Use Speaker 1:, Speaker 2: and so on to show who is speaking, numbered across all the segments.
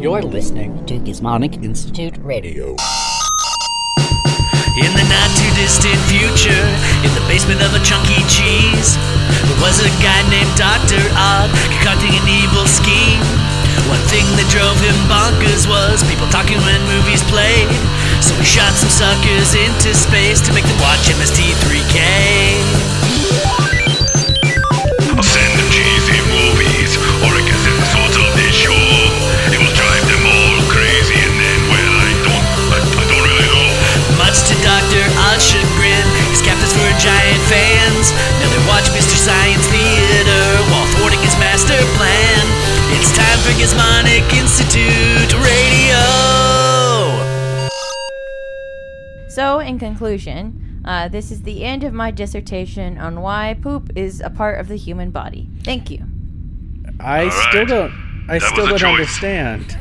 Speaker 1: You're listening to Gizmonic Institute Radio.
Speaker 2: In the not too distant future, in the basement of a Chunky Cheese, there was a guy named Dr. Odd concocting an evil scheme. One thing that drove him bonkers was people talking when movies played. So he shot some suckers into space to make them watch MST3K.
Speaker 3: Send them cheesy movies or I guess it's sort of the show. It will drive them all crazy and then, well, I don't, I, I don't really know.
Speaker 2: Much to Dr. Odd's chagrin, his captains were giant fans. Now they watch Mr. Science Theater while thwarting his master plan. It's time for Gizmonic Institute Radio.
Speaker 4: So, in conclusion, uh, this is the end of my dissertation on why poop is a part of the human body. Thank you.
Speaker 5: I
Speaker 3: Alright.
Speaker 5: still don't. I
Speaker 3: That was
Speaker 5: still
Speaker 3: a
Speaker 5: don't
Speaker 3: choice.
Speaker 5: understand.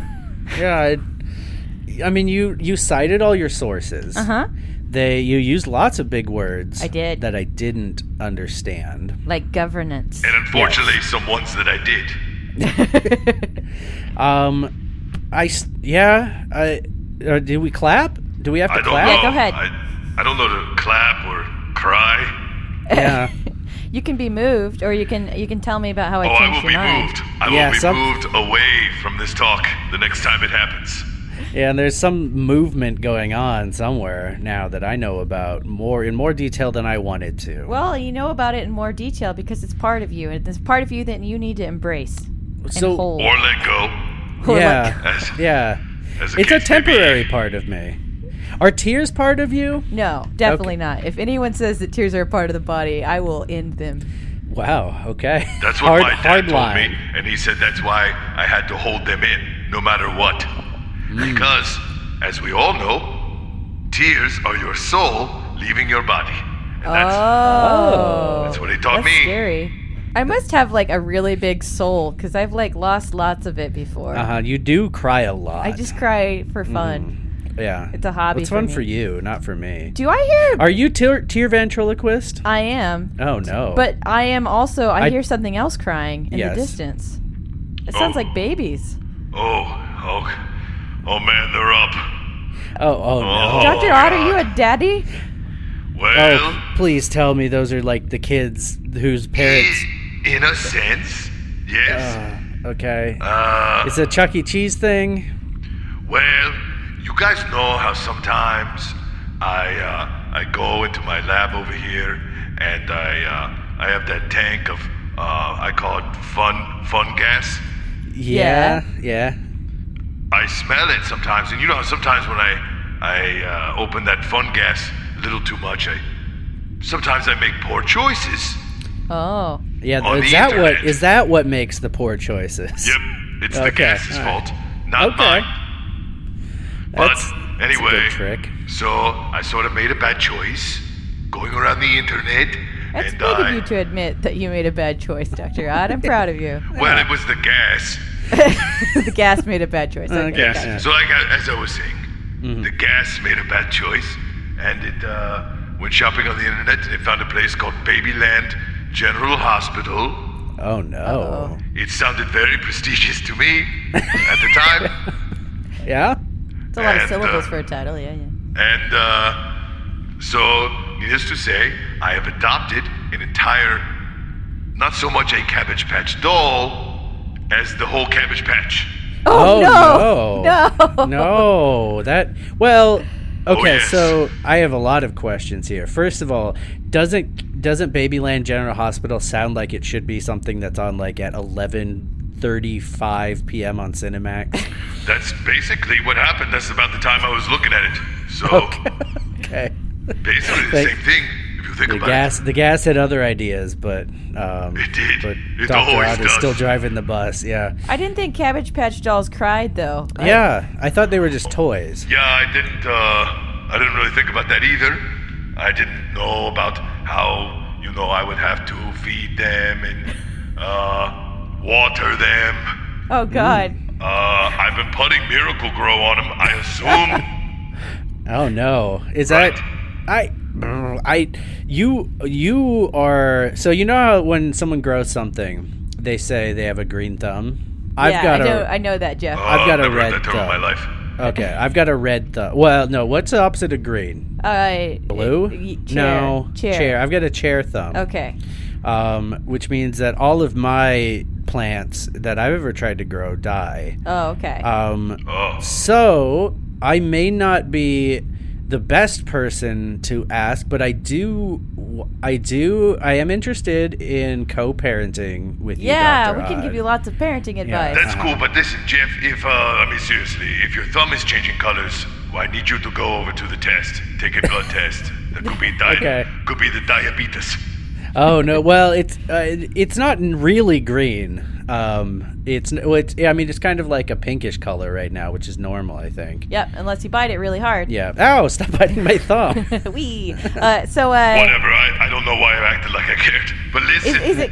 Speaker 5: Yeah, I, I mean, you you cited all your sources.
Speaker 4: Uh huh.
Speaker 5: They you used lots of big words.
Speaker 4: I did.
Speaker 5: that I didn't understand.
Speaker 4: Like governance.
Speaker 3: And unfortunately, some ones that I did.
Speaker 5: Um, I s- yeah. I uh, did we clap? Do we have
Speaker 3: I
Speaker 5: to
Speaker 3: don't
Speaker 5: clap?
Speaker 3: know.
Speaker 4: go ahead.
Speaker 3: I, I don't know to clap or cry.
Speaker 5: Yeah.
Speaker 4: You can be moved, or you can you can tell me about how I
Speaker 3: Oh, I
Speaker 4: changed
Speaker 3: will
Speaker 4: your
Speaker 3: be
Speaker 4: mind.
Speaker 3: moved. I
Speaker 5: Yeah,
Speaker 3: will be
Speaker 5: some-
Speaker 3: moved away from this talk the next time it happens.
Speaker 5: Yeah, and there's some movement going on somewhere now that I know about more in more detail than I wanted to.
Speaker 4: Well, you know about it in more detail because it's part of you, and it's part of you that you need to embrace and
Speaker 5: So-
Speaker 4: hold.
Speaker 3: Or let go.
Speaker 4: Or
Speaker 5: yeah,
Speaker 3: As,
Speaker 5: yeah.
Speaker 3: as the
Speaker 5: It's a
Speaker 3: case may be.
Speaker 5: temporary part of me. Are tears part of you?
Speaker 4: No, definitely not. If anyone says that tears are a part of the body, I will end them.
Speaker 5: Wow. Okay.
Speaker 3: That's what
Speaker 5: hard,
Speaker 3: my dad
Speaker 5: hard
Speaker 3: told
Speaker 5: line.
Speaker 3: me, and he said that's why I had to hold them in, no matter what.
Speaker 5: Hmm.
Speaker 3: Because, as we all know, tears are your soul leaving your body, and that's
Speaker 4: oh,
Speaker 3: that's what he taught
Speaker 4: That's
Speaker 3: me.
Speaker 4: scary. I must have like a really big soul because I've like lost lots of it before.
Speaker 5: Uh huh. You do cry a lot.
Speaker 4: I just cry for
Speaker 5: Mm.
Speaker 4: fun.
Speaker 5: yeah.
Speaker 4: it's a hobby
Speaker 5: It's
Speaker 4: for
Speaker 5: fun
Speaker 4: me.
Speaker 5: for you, not for me.
Speaker 4: Do I hear?
Speaker 5: Are you tear, tear ventriloquist?
Speaker 4: I am,
Speaker 5: Oh no.
Speaker 4: but I am also. I,
Speaker 5: I-
Speaker 4: hear something else crying in
Speaker 5: Yes.
Speaker 4: the distance. It sounds
Speaker 3: Oh.
Speaker 4: like babies.
Speaker 3: oh, oh, oh man, they're up.
Speaker 5: oh oh no.
Speaker 3: Oh,
Speaker 4: Doctor Odd, are you
Speaker 3: God.
Speaker 4: a daddy?
Speaker 3: Well,
Speaker 5: Oh, please tell me those are like the kids whose parents.
Speaker 3: in a sense, yes.
Speaker 5: Uh, okay.
Speaker 3: Uh,
Speaker 5: It's a Chuck E. Cheese thing.
Speaker 3: well, you guys know how sometimes I uh, I go into my lab over here and I uh, I have that tank of uh, I call it fun fun gas.
Speaker 5: Yeah, yeah.
Speaker 3: I smell it sometimes, and you know, how sometimes when I I uh, open that fun gas a little too much, I sometimes I make poor choices.
Speaker 4: Oh,
Speaker 5: Yeah,
Speaker 3: On
Speaker 5: is
Speaker 3: the
Speaker 5: that
Speaker 3: internet.
Speaker 5: what is that what makes the poor choices?
Speaker 3: Yep, it's the
Speaker 5: Okay,
Speaker 3: gas's
Speaker 5: all right.
Speaker 3: fault, not
Speaker 5: Okay.
Speaker 3: mine. But
Speaker 5: That's- that's a good
Speaker 3: anyway,
Speaker 5: trick.
Speaker 3: so I sort of made a bad choice, going around the internet,
Speaker 4: that's
Speaker 3: and
Speaker 4: big
Speaker 3: I
Speaker 4: of you to admit that you made a bad choice, Doctor Odd. I'm proud of you.
Speaker 3: well, it was the gas.
Speaker 4: the gas made a bad choice. Okay,
Speaker 5: Okay.
Speaker 4: gotcha.
Speaker 3: So like I, as I was saying, the gas made a bad choice, and it uh, went shopping on the internet and it found a place called Babyland General Hospital.
Speaker 5: Oh no.
Speaker 4: Uh-oh.
Speaker 3: It sounded very prestigious to me at the time,
Speaker 5: Yeah?
Speaker 4: It's a lot of
Speaker 3: And,
Speaker 4: syllables
Speaker 3: uh,
Speaker 4: for a title. Yeah, yeah.
Speaker 3: and uh, so needless to say, I have adopted an entire, not so much a Cabbage Patch doll, as the whole Cabbage Patch.
Speaker 4: Oh,
Speaker 5: no.
Speaker 4: no.
Speaker 5: No, That well, okay,
Speaker 3: Oh, yes.
Speaker 5: so I have a lot of questions here. First of all, doesn't doesn't Babyland General Hospital sound like it should be something that's on like at 11:35 p.m. on Cinemax?
Speaker 3: That's basically what happened. That's about the time I was looking at it. So.
Speaker 5: okay.
Speaker 3: Basically the
Speaker 5: Thank-
Speaker 3: same thing. If you think
Speaker 5: The
Speaker 3: about
Speaker 5: gas the gas had other ideas, but um
Speaker 3: It did.
Speaker 5: but
Speaker 3: It
Speaker 5: Dr.
Speaker 3: always
Speaker 5: Odd is
Speaker 3: does.
Speaker 5: still driving the bus. Yeah.
Speaker 4: I didn't think Cabbage Patch Dolls cried though. I-
Speaker 5: Yeah, I thought they were just toys.
Speaker 3: it, yeah, I didn't. Uh, I didn't really think about that either. I didn't know about how you know I would have to feed them and uh, water them.
Speaker 4: oh God.
Speaker 5: Mm.
Speaker 3: Uh, I've been putting Miracle Grow on them. I assume.
Speaker 5: Oh no. Is
Speaker 3: Right.
Speaker 5: that I I you you are so you know how when someone grows something, they say they have a green thumb? I've
Speaker 4: yeah,
Speaker 5: got
Speaker 4: I
Speaker 5: a-
Speaker 4: know, I know that, Jeff.
Speaker 3: Oh,
Speaker 4: Uh,
Speaker 5: I've got a
Speaker 3: never
Speaker 5: red
Speaker 3: heard that term in
Speaker 5: dot.
Speaker 3: my life.
Speaker 5: Okay, I've got a red thought. Well, no, what's the opposite of green? Blue?
Speaker 4: y- chair,
Speaker 5: no,
Speaker 4: chair.
Speaker 5: I've got a chair thumb.
Speaker 4: Okay.
Speaker 5: Um, which means that all of my plants that I've ever tried to grow die.
Speaker 4: Oh, okay.
Speaker 5: Um,
Speaker 3: Oh,
Speaker 5: So I may not be the best person to ask, but I do, I do, I am interested in co-parenting with you. uh,
Speaker 4: yeah,
Speaker 5: Dr.
Speaker 4: we can give
Speaker 5: Odd.
Speaker 4: you lots of parenting advice.
Speaker 3: that's cool. But listen, Jeff. If uh, I mean seriously, if your thumb is changing colors, well, I need you to go over to the test. Take a blood test. That could be di-
Speaker 5: Okay.
Speaker 3: Could be the diabetes.
Speaker 5: Oh no! Well, it's uh, it's not really green. Um, it's well, it's yeah, I mean it's kind of like a pinkish color right now, which is normal, I think.
Speaker 4: Yep, unless you bite it really hard.
Speaker 5: Yeah. Ow! Stop biting my thumb.
Speaker 4: Wee. Uh, so, uh,
Speaker 3: Whatever. I, I don't know why I acted like I cared. But
Speaker 4: is,
Speaker 3: listen,
Speaker 4: is it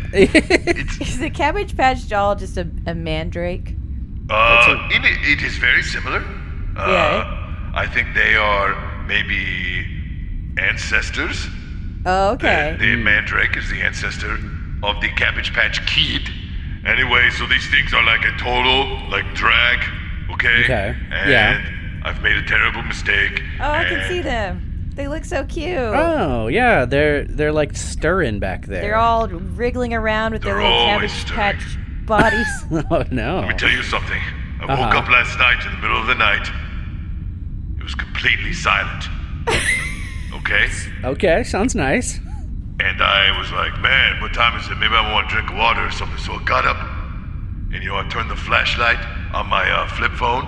Speaker 3: it's
Speaker 4: is the Cabbage Patch Doll just a, a mandrake?
Speaker 3: Uh, in it, it is very similar. Uh,
Speaker 4: Yeah.
Speaker 3: I think they are maybe ancestors. The-
Speaker 4: Oh, okay.
Speaker 3: The mandrake is the ancestor of the Cabbage Patch Kid. Anyway, so these things are like a total like drag. Okay.
Speaker 5: Okay,
Speaker 3: And
Speaker 5: yeah.
Speaker 3: I've made a terrible mistake.
Speaker 4: Oh, I can see
Speaker 3: and-
Speaker 4: them. They look so cute.
Speaker 5: oh yeah, they're they're like stirring back there.
Speaker 4: They're all wriggling around with their
Speaker 3: They're
Speaker 4: little
Speaker 3: always
Speaker 4: Cabbage
Speaker 3: stirring.
Speaker 4: Patch bodies.
Speaker 5: Oh no!
Speaker 3: Let me tell you something. I woke
Speaker 5: Uh-huh.
Speaker 3: up last night in the middle of the night. It was completely silent. okay.
Speaker 5: Okay, sounds nice.
Speaker 3: And I was like, man, what time is it? Maybe I want to drink water or something. So I got up and, you know, I turned the flashlight on my uh, flip phone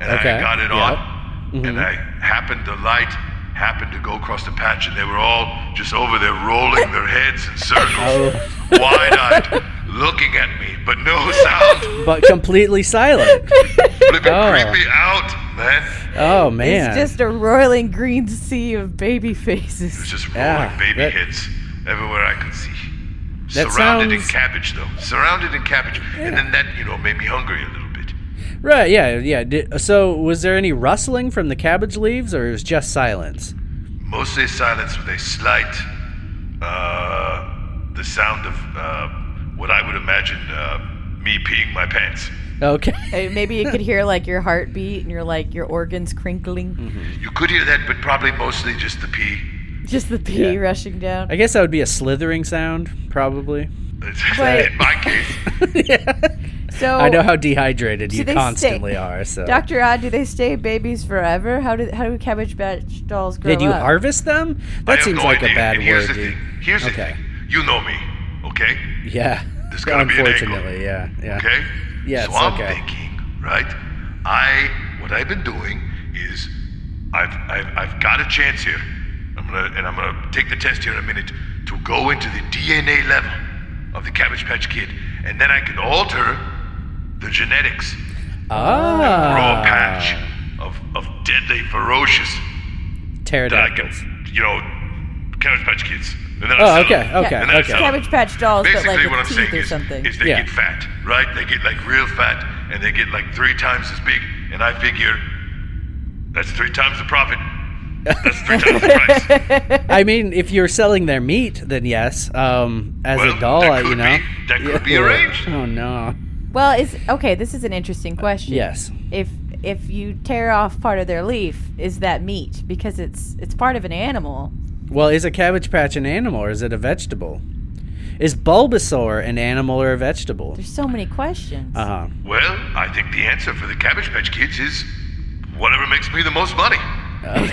Speaker 3: and
Speaker 5: Okay,
Speaker 3: I got it
Speaker 5: yep. Mm-hmm.
Speaker 3: on. And I happened, the light happened to go across the patch and they were all just over there rolling their heads in circles,
Speaker 5: Oh.
Speaker 3: wide eyed, looking at me, but no sound.
Speaker 5: But completely silent.
Speaker 3: Flipping
Speaker 5: Oh.
Speaker 3: creeped me out, man.
Speaker 5: Oh man!
Speaker 4: It's just a roiling green sea of baby faces.
Speaker 3: It was just rolling
Speaker 5: Yeah,
Speaker 3: baby
Speaker 5: that-
Speaker 3: heads everywhere I could see.
Speaker 5: That
Speaker 3: Surrounded in
Speaker 5: sounds-
Speaker 3: cabbage, though. Surrounded in cabbage. And then that, you know, made me hungry a little bit.
Speaker 5: right? Yeah, yeah. Did, so was there any rustling from the cabbage leaves, or it was just silence?
Speaker 3: Mostly silence with a slight, uh, the sound of uh, what I would imagine uh, me peeing my pants.
Speaker 5: Okay.
Speaker 4: Uh, Maybe you could hear like your heartbeat and your like your organs crinkling,
Speaker 5: Mm-hmm.
Speaker 3: You could hear that, but probably mostly just the pee.
Speaker 4: just the pee
Speaker 5: Yeah.
Speaker 4: rushing down.
Speaker 5: I guess that would be a slithering sound, probably.
Speaker 4: But-
Speaker 3: in my case,
Speaker 4: So
Speaker 5: I know how dehydrated
Speaker 4: do
Speaker 5: you
Speaker 4: Oh. they
Speaker 5: constantly
Speaker 4: stay-
Speaker 5: are. So
Speaker 4: Doctor Odd, do they stay babies forever? How do how do cabbage patch dolls grow
Speaker 5: did you
Speaker 4: up?
Speaker 5: harvest them?
Speaker 3: I
Speaker 5: That
Speaker 3: have
Speaker 5: seems
Speaker 3: no
Speaker 5: like
Speaker 3: idea.
Speaker 5: a bad
Speaker 3: and here's
Speaker 5: word.
Speaker 3: the
Speaker 5: dude.
Speaker 3: thing. Here's the
Speaker 5: Okay.
Speaker 3: thing. You know me, okay?
Speaker 5: Yeah.
Speaker 3: There's gotta be an angle.
Speaker 5: Unfortunately, yeah, yeah.
Speaker 3: Okay?
Speaker 5: Yes,
Speaker 3: So I'm
Speaker 5: okay.
Speaker 3: thinking, right? I what I've been doing is I've I've, I've got a chance here. I'm gonna and I'm gonna take the test here in a minute to go into the DNA level of the Cabbage Patch Kid, and then I can alter the genetics for a patch
Speaker 5: Ah,
Speaker 3: of of deadly ferocious that I can,
Speaker 5: pterodactyls.
Speaker 3: you know, Cabbage Patch Kids. And then I
Speaker 5: Oh,
Speaker 3: settle.
Speaker 5: okay, okay,
Speaker 3: And then I
Speaker 5: okay.
Speaker 3: settle.
Speaker 4: Cabbage patch dolls, but
Speaker 3: Basically,
Speaker 4: like
Speaker 3: what I'm
Speaker 4: with teeth
Speaker 3: saying
Speaker 4: or
Speaker 3: is,
Speaker 4: something.
Speaker 3: is they
Speaker 5: Yeah.
Speaker 3: get fat, right? They get like real fat, and they get like three times as big. And I figure that's three times the profit. That's three times the price.
Speaker 5: I mean, if you're selling their meat, then yes. Um, as
Speaker 3: Well,
Speaker 5: a doll,
Speaker 3: that
Speaker 5: I- you
Speaker 3: could
Speaker 5: know,
Speaker 3: be- that could be arranged.
Speaker 5: Oh no.
Speaker 4: Well, is okay. This is an interesting
Speaker 3: Uh,
Speaker 4: question.
Speaker 5: Yes.
Speaker 4: If if you tear off part of their leaf, is that meat? Because it's it's part of an animal.
Speaker 5: Well, is a cabbage patch an animal or is it a vegetable? Is Bulbasaur an animal or a vegetable?
Speaker 4: There's so many questions.
Speaker 5: Uh huh.
Speaker 3: Well, I think the answer for the Cabbage Patch Kids is whatever makes me the most money.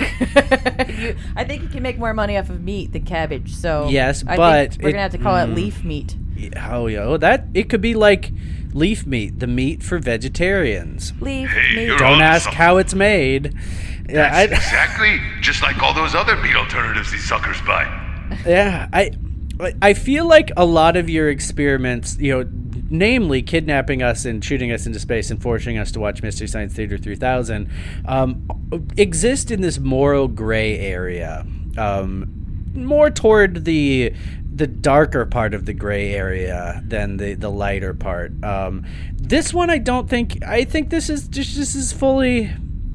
Speaker 4: you, I think you can make more money off of meat than cabbage. So
Speaker 5: Yes,
Speaker 4: I
Speaker 5: but
Speaker 4: think we're
Speaker 5: it-
Speaker 4: gonna have to call it
Speaker 5: mm.
Speaker 4: leaf meat.
Speaker 5: Oh, yo, that it could be like leaf meat, the meat for vegetarians.
Speaker 4: Leaf
Speaker 3: Hey,
Speaker 4: meat.
Speaker 3: you're
Speaker 5: Don't
Speaker 3: Awesome.
Speaker 5: ask how it's made. Yeah,
Speaker 3: That's
Speaker 5: I,
Speaker 3: exactly just like all those other meat alternatives these suckers buy.
Speaker 5: yeah, I, I feel like a lot of your experiments, you know, namely kidnapping us and shooting us into space and forcing us to watch Mystery Science Theater 3000, um, exist in this moral gray area, um, more toward the the darker part of the gray area than the the lighter part. Um, this one, I don't think. I think this is just this is fully.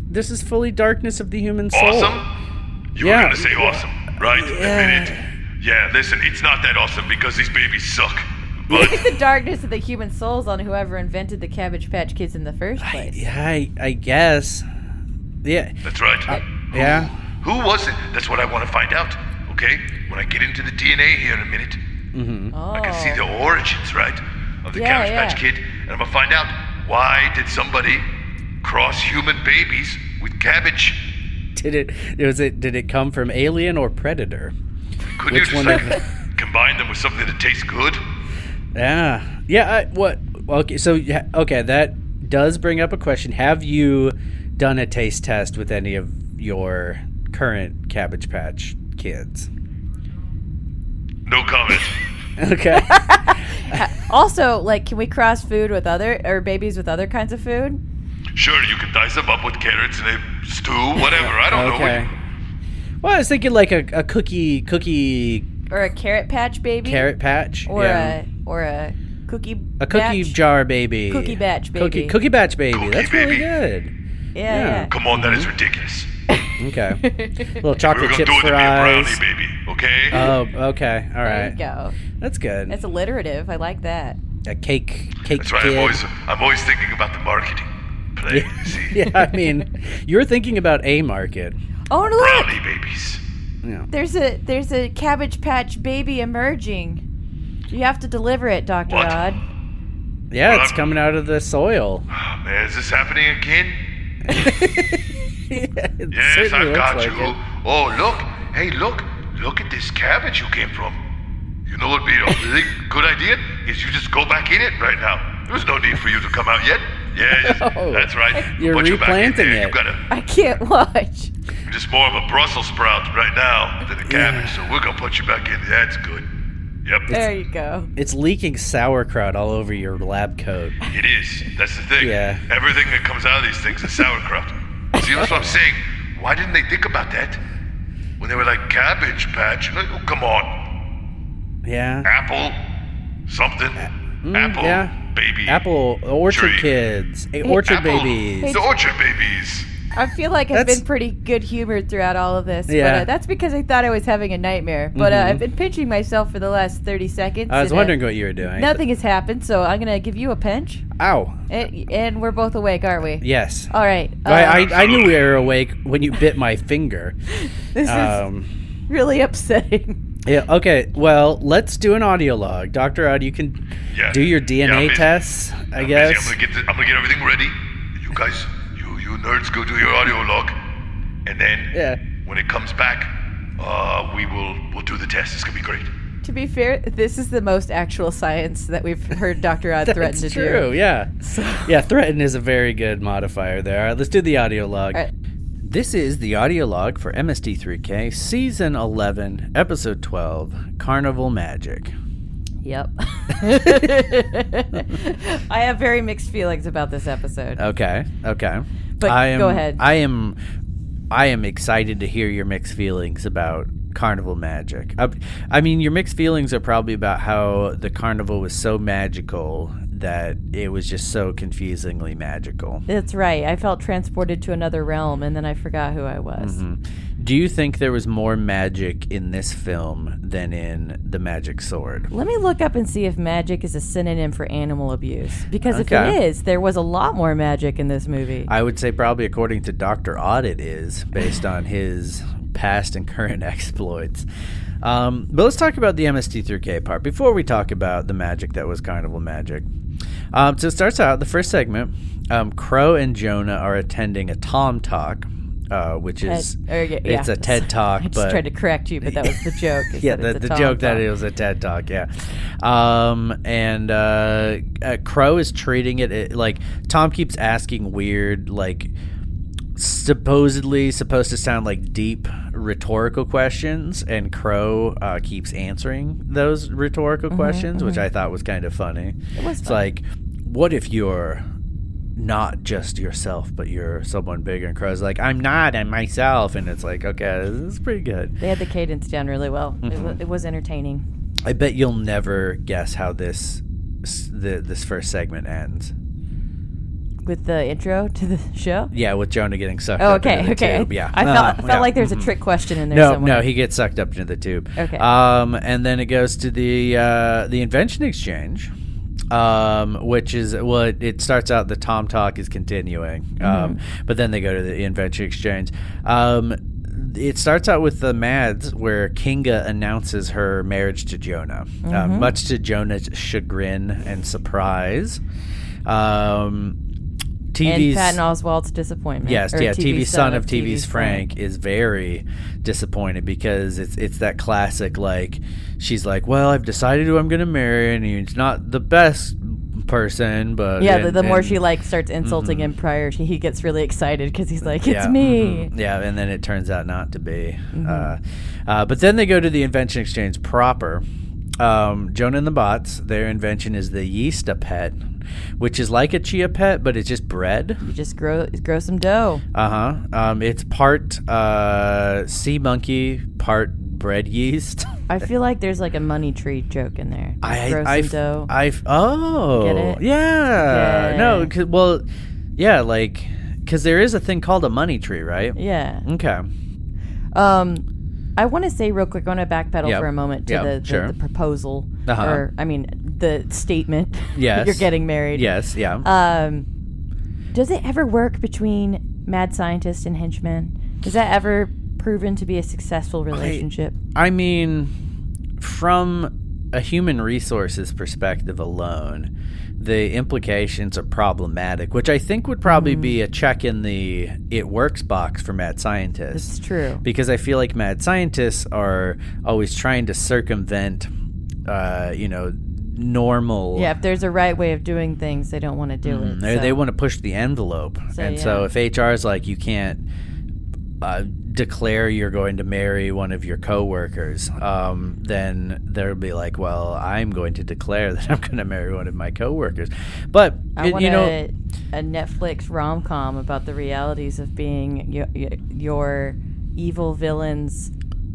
Speaker 5: This is fully darkness of the human soul.
Speaker 3: Awesome? You
Speaker 5: Yeah.
Speaker 3: were gonna say awesome, right?
Speaker 5: Yeah.
Speaker 3: Yeah. Yeah, listen, it's not that awesome because these babies suck.
Speaker 4: Take the darkness of the human souls on whoever invented the Cabbage Patch Kids in the first place.
Speaker 5: Yeah, I, I guess. Yeah.
Speaker 3: That's right.
Speaker 5: Yeah.
Speaker 3: Who was it? That's what I want to find out. Okay? When I get into the DNA here in a minute,
Speaker 4: Oh.
Speaker 3: I can see the origins, right? Of the
Speaker 4: Yeah,
Speaker 3: Cabbage
Speaker 4: yeah.
Speaker 3: Patch Kid, and I'm gonna find out why did somebody cross human babies with cabbage?
Speaker 5: Did it was it did it come from alien or predator?
Speaker 3: Could
Speaker 5: Which
Speaker 3: you
Speaker 5: one
Speaker 3: just like combine them with something that tastes good?
Speaker 5: Yeah. Ah, Yeah, I, what okay, so yeah, okay, that does bring up a question. Have you done a taste test with any of your current cabbage patch kids?
Speaker 3: No comment.
Speaker 5: Okay.
Speaker 4: Also, like, can we cross food with other or babies with other kinds of food?
Speaker 3: sure, you can dice them up with carrots in a stew, whatever. I don't
Speaker 5: okay.
Speaker 3: know.
Speaker 5: Well, I was thinking like a, a cookie cookie
Speaker 4: Or a carrot patch baby?
Speaker 5: carrot patch
Speaker 4: Or
Speaker 5: Yeah.
Speaker 4: a or a cookie
Speaker 5: a cookie
Speaker 4: batch?
Speaker 5: jar baby.
Speaker 4: Cookie batch
Speaker 5: Cookie
Speaker 4: baby.
Speaker 5: cookie batch baby.
Speaker 3: Cookie
Speaker 5: That's really
Speaker 3: baby.
Speaker 5: good.
Speaker 4: Yeah,
Speaker 3: Come on, that is ridiculous.
Speaker 5: yeah. Okay.
Speaker 3: We
Speaker 5: Little
Speaker 3: were
Speaker 5: chocolate
Speaker 3: gonna
Speaker 5: Mm-hmm. chip
Speaker 3: do it to be a brownie,
Speaker 5: fries.
Speaker 3: baby. Okay?
Speaker 5: Oh, okay. All
Speaker 4: yeah. There
Speaker 5: right.
Speaker 4: you go.
Speaker 5: That's good.
Speaker 4: That's alliterative. I like that.
Speaker 5: a cake cake
Speaker 3: That's right.
Speaker 5: kid.
Speaker 3: I'm always, I'm always thinking about the marketing. Play, see,
Speaker 5: yeah, I mean, you're thinking about a market.
Speaker 4: Oh, and look!
Speaker 3: brownie babies.
Speaker 5: Yeah.
Speaker 4: There's a there's a cabbage patch baby emerging. You have to deliver it, Doctor
Speaker 3: What?
Speaker 4: Odd.
Speaker 5: Yeah, it's coming out of the soil.
Speaker 3: Oh, man, is this happening again?
Speaker 5: yes,
Speaker 3: Yes, I've got you. Oh, look. Hey, look. Look at this cabbage you came from. You know what would be a really good idea? Is you just go back in it right now. There's no need for you to come out yet. Yeah, just-
Speaker 5: No.
Speaker 3: that's right.
Speaker 5: Oh, You're
Speaker 3: Put you back in
Speaker 5: replanting
Speaker 3: there.
Speaker 5: it.
Speaker 3: You gotta,
Speaker 4: I can't watch.
Speaker 3: you're just more of a Brussels sprout right now than a cabbage, so we're gonna put you back in. That's good. Yep,
Speaker 4: There you go.
Speaker 5: It's leaking sauerkraut all over your lab coat.
Speaker 3: it is. That's the thing.
Speaker 5: Yeah.
Speaker 3: Everything that comes out of these things is sauerkraut. See, that's what I'm saying. Why didn't they think about that? When they were like cabbage patch, like, oh, come on.
Speaker 5: Yeah.
Speaker 3: apple something apple
Speaker 5: Mm, yeah.
Speaker 3: baby
Speaker 5: Apple orchard
Speaker 3: Tree.
Speaker 5: kids, eh, orchard
Speaker 3: Apple-
Speaker 5: babies.
Speaker 3: the orchard babies
Speaker 4: I feel like I've
Speaker 5: That's-
Speaker 4: been pretty good humored throughout all of this.
Speaker 5: Yeah. Mm-hmm.
Speaker 4: But, uh, that's because I thought I was having a nightmare. But uh, I've been pinching myself for the last 30 seconds.
Speaker 5: I was
Speaker 4: and, uh,
Speaker 5: wondering what you were doing.
Speaker 4: Nothing has happened, so I'm going to give you a pinch.
Speaker 5: Ow.
Speaker 4: And, and we're both awake, aren't we?
Speaker 5: Yes.
Speaker 4: All right.
Speaker 5: I,
Speaker 4: um,
Speaker 5: I, I knew we were awake when you bit my finger.
Speaker 4: this
Speaker 5: Um,
Speaker 4: is really upsetting.
Speaker 5: Yeah. Okay. Well, let's do an audio log, Doctor Odd. You can
Speaker 3: Yeah.
Speaker 5: do your
Speaker 3: Yeah,
Speaker 5: DNA
Speaker 3: I'm busy.
Speaker 5: tests, I
Speaker 3: I'm busy.
Speaker 5: guess.
Speaker 3: I'm gonna, get the, I'm gonna get everything ready you guys you you nerds go do your audio log and then
Speaker 5: Yeah.
Speaker 3: when it comes back uh we will we'll do the test it's gonna be great
Speaker 4: To be fair, this is the most actual science that we've heard Dr. Odd threaten
Speaker 5: That's
Speaker 4: to
Speaker 5: true.
Speaker 4: do.
Speaker 5: Yeah. Yeah. Threaten is a very good modifier there. All right, let's do the audio log.
Speaker 4: All right.
Speaker 5: This is the audio log for MSD3K, season 11, episode 12, Carnival Magic.
Speaker 4: Yep. I have very mixed feelings about this episode.
Speaker 5: Okay. Okay.
Speaker 4: But
Speaker 5: I am,
Speaker 4: go ahead.
Speaker 5: I am. I am excited to hear your mixed feelings about carnival magic. I, I mean, your mixed feelings are probably about how the carnival was so magical that it was just so confusingly magical.
Speaker 4: That's right. I felt transported to another realm, and then I forgot who I was.
Speaker 5: Do you think there was more magic in this film than in The Magic Sword?
Speaker 4: Let me look up and see if magic is a synonym for animal abuse. Because if it
Speaker 5: Okay.
Speaker 4: is, there was a lot more magic in this movie.
Speaker 5: I would say probably according to Dr. Odd it is, based on his past and current exploits. Um, but let's talk about the MST3K part before we talk about the magic that was Carnival Magic. Um, so it starts out, the first segment, um, Crow and Jonah are attending a Tom Talk, uh, which is,
Speaker 4: Ted- or, yeah,
Speaker 5: it's
Speaker 4: yeah.
Speaker 5: a TED Talk.
Speaker 4: I just
Speaker 5: but
Speaker 4: tried to correct you, but that was the joke. is
Speaker 5: yeah,
Speaker 4: that it's
Speaker 5: the,
Speaker 4: a
Speaker 5: the
Speaker 4: Tom
Speaker 5: joke that
Speaker 4: Tom.
Speaker 5: it was a TED Talk. Yeah, um, and uh, uh, Crow is treating it, it like Tom keeps asking weird, like supposedly supposed to sound like deep rhetorical questions, and Crow uh, keeps answering those rhetorical questions, which I thought was kind of funny. It
Speaker 4: was
Speaker 5: it's
Speaker 4: Mm-hmm, fun.
Speaker 5: like, what if you're not just yourself, but you're someone bigger. And Crow's like, I'm not, I'm myself. And it's like, okay, this is pretty good.
Speaker 4: They had the cadence down really well. It,
Speaker 5: Mm-hmm.
Speaker 4: wa- it was entertaining.
Speaker 5: I bet you'll never guess how this s- the this first segment ends.
Speaker 4: with the intro to the show?
Speaker 5: Yeah, with Jonah getting sucked
Speaker 4: Oh,
Speaker 5: up
Speaker 4: okay,
Speaker 5: into the
Speaker 4: okay.
Speaker 5: tube. Yeah.
Speaker 4: I felt,
Speaker 5: Uh,
Speaker 4: I felt
Speaker 5: yeah.
Speaker 4: like there's a trick question in there
Speaker 5: No,
Speaker 4: somewhere.
Speaker 5: no, he gets sucked up into the tube.
Speaker 4: Okay.
Speaker 5: Um, and then it goes to the uh, the invention exchange, um, which is well, it, it starts out the Tom talk is continuing, um,
Speaker 4: Mm-hmm.
Speaker 5: but then they go to the invention exchange. Um, it starts out with the Mads, where Kinga announces her marriage to Jonah, uh,
Speaker 4: Mm-hmm.
Speaker 5: much to Jonah's chagrin and surprise. Um,
Speaker 4: and
Speaker 5: TV's
Speaker 4: Patton Oswald's disappointment.
Speaker 5: Yes,
Speaker 4: Or
Speaker 5: yeah. TV's son of TV's Frank is very disappointed because it's it's that classic like she's like, well, I've decided who I'm going to marry, and he's not the best person, but
Speaker 4: Yeah,
Speaker 5: and-
Speaker 4: the, the more
Speaker 5: and-
Speaker 4: she like starts insulting him prior, she, he gets really excited because he's like, "It's
Speaker 5: yeah,
Speaker 4: me." Mm-hmm.
Speaker 5: mhm. Yeah, and then it turns out not to be. Uh, uh, but then they go to the invention exchange proper. Um, Jonah and the bots, their invention is the yeast pet, which is like a chia pet, but it's just bread.
Speaker 4: You just grow grow some dough.
Speaker 5: Uh huh. Um, it's part uh, sea monkey, part bread yeast.
Speaker 4: I feel like there's like a money tree joke in there. grow some
Speaker 5: I,
Speaker 4: dough.
Speaker 5: I, oh,
Speaker 4: Get it?
Speaker 5: yeah.
Speaker 4: Yeah.
Speaker 5: No, 'cause- well, yeah, like, because there is a thing called a money tree, right?
Speaker 4: yeah.
Speaker 5: Okay.
Speaker 4: Um, I want to say real quick. I want to backpedal
Speaker 5: Yep.
Speaker 4: for a moment to
Speaker 5: Yep,
Speaker 4: the, the,
Speaker 5: sure.
Speaker 4: the proposal,
Speaker 5: Uh-huh.
Speaker 4: or I mean, the statement. that
Speaker 5: Yes.
Speaker 4: you're getting married.
Speaker 5: Yes. Yeah.
Speaker 4: Um, does it ever work between mad scientist and henchman? Is that ever proven to be a successful relationship?
Speaker 5: I mean, from a human resources perspective alone, the implications are problematic, which I think would
Speaker 4: Mm.
Speaker 5: probably be a check in the it works box for mad scientists.
Speaker 4: It's true.
Speaker 5: because I feel like mad scientists are always trying to circumvent, uh, you know, normal.
Speaker 4: Yeah, if there's a right way of doing things, they don't want to do it.
Speaker 5: Mm-hmm. They,
Speaker 4: so-
Speaker 5: they want to push the envelope,
Speaker 4: So,
Speaker 5: and so
Speaker 4: yeah.
Speaker 5: if HR is like, you can't uh, declare you're going to marry one of your coworkers, um, then they'll be like, well, I'm going to declare that I'm going to marry one of my coworkers. But
Speaker 4: I
Speaker 5: it-
Speaker 4: want
Speaker 5: you know,
Speaker 4: a, a Netflix rom com about the realities of being your, your evil villain's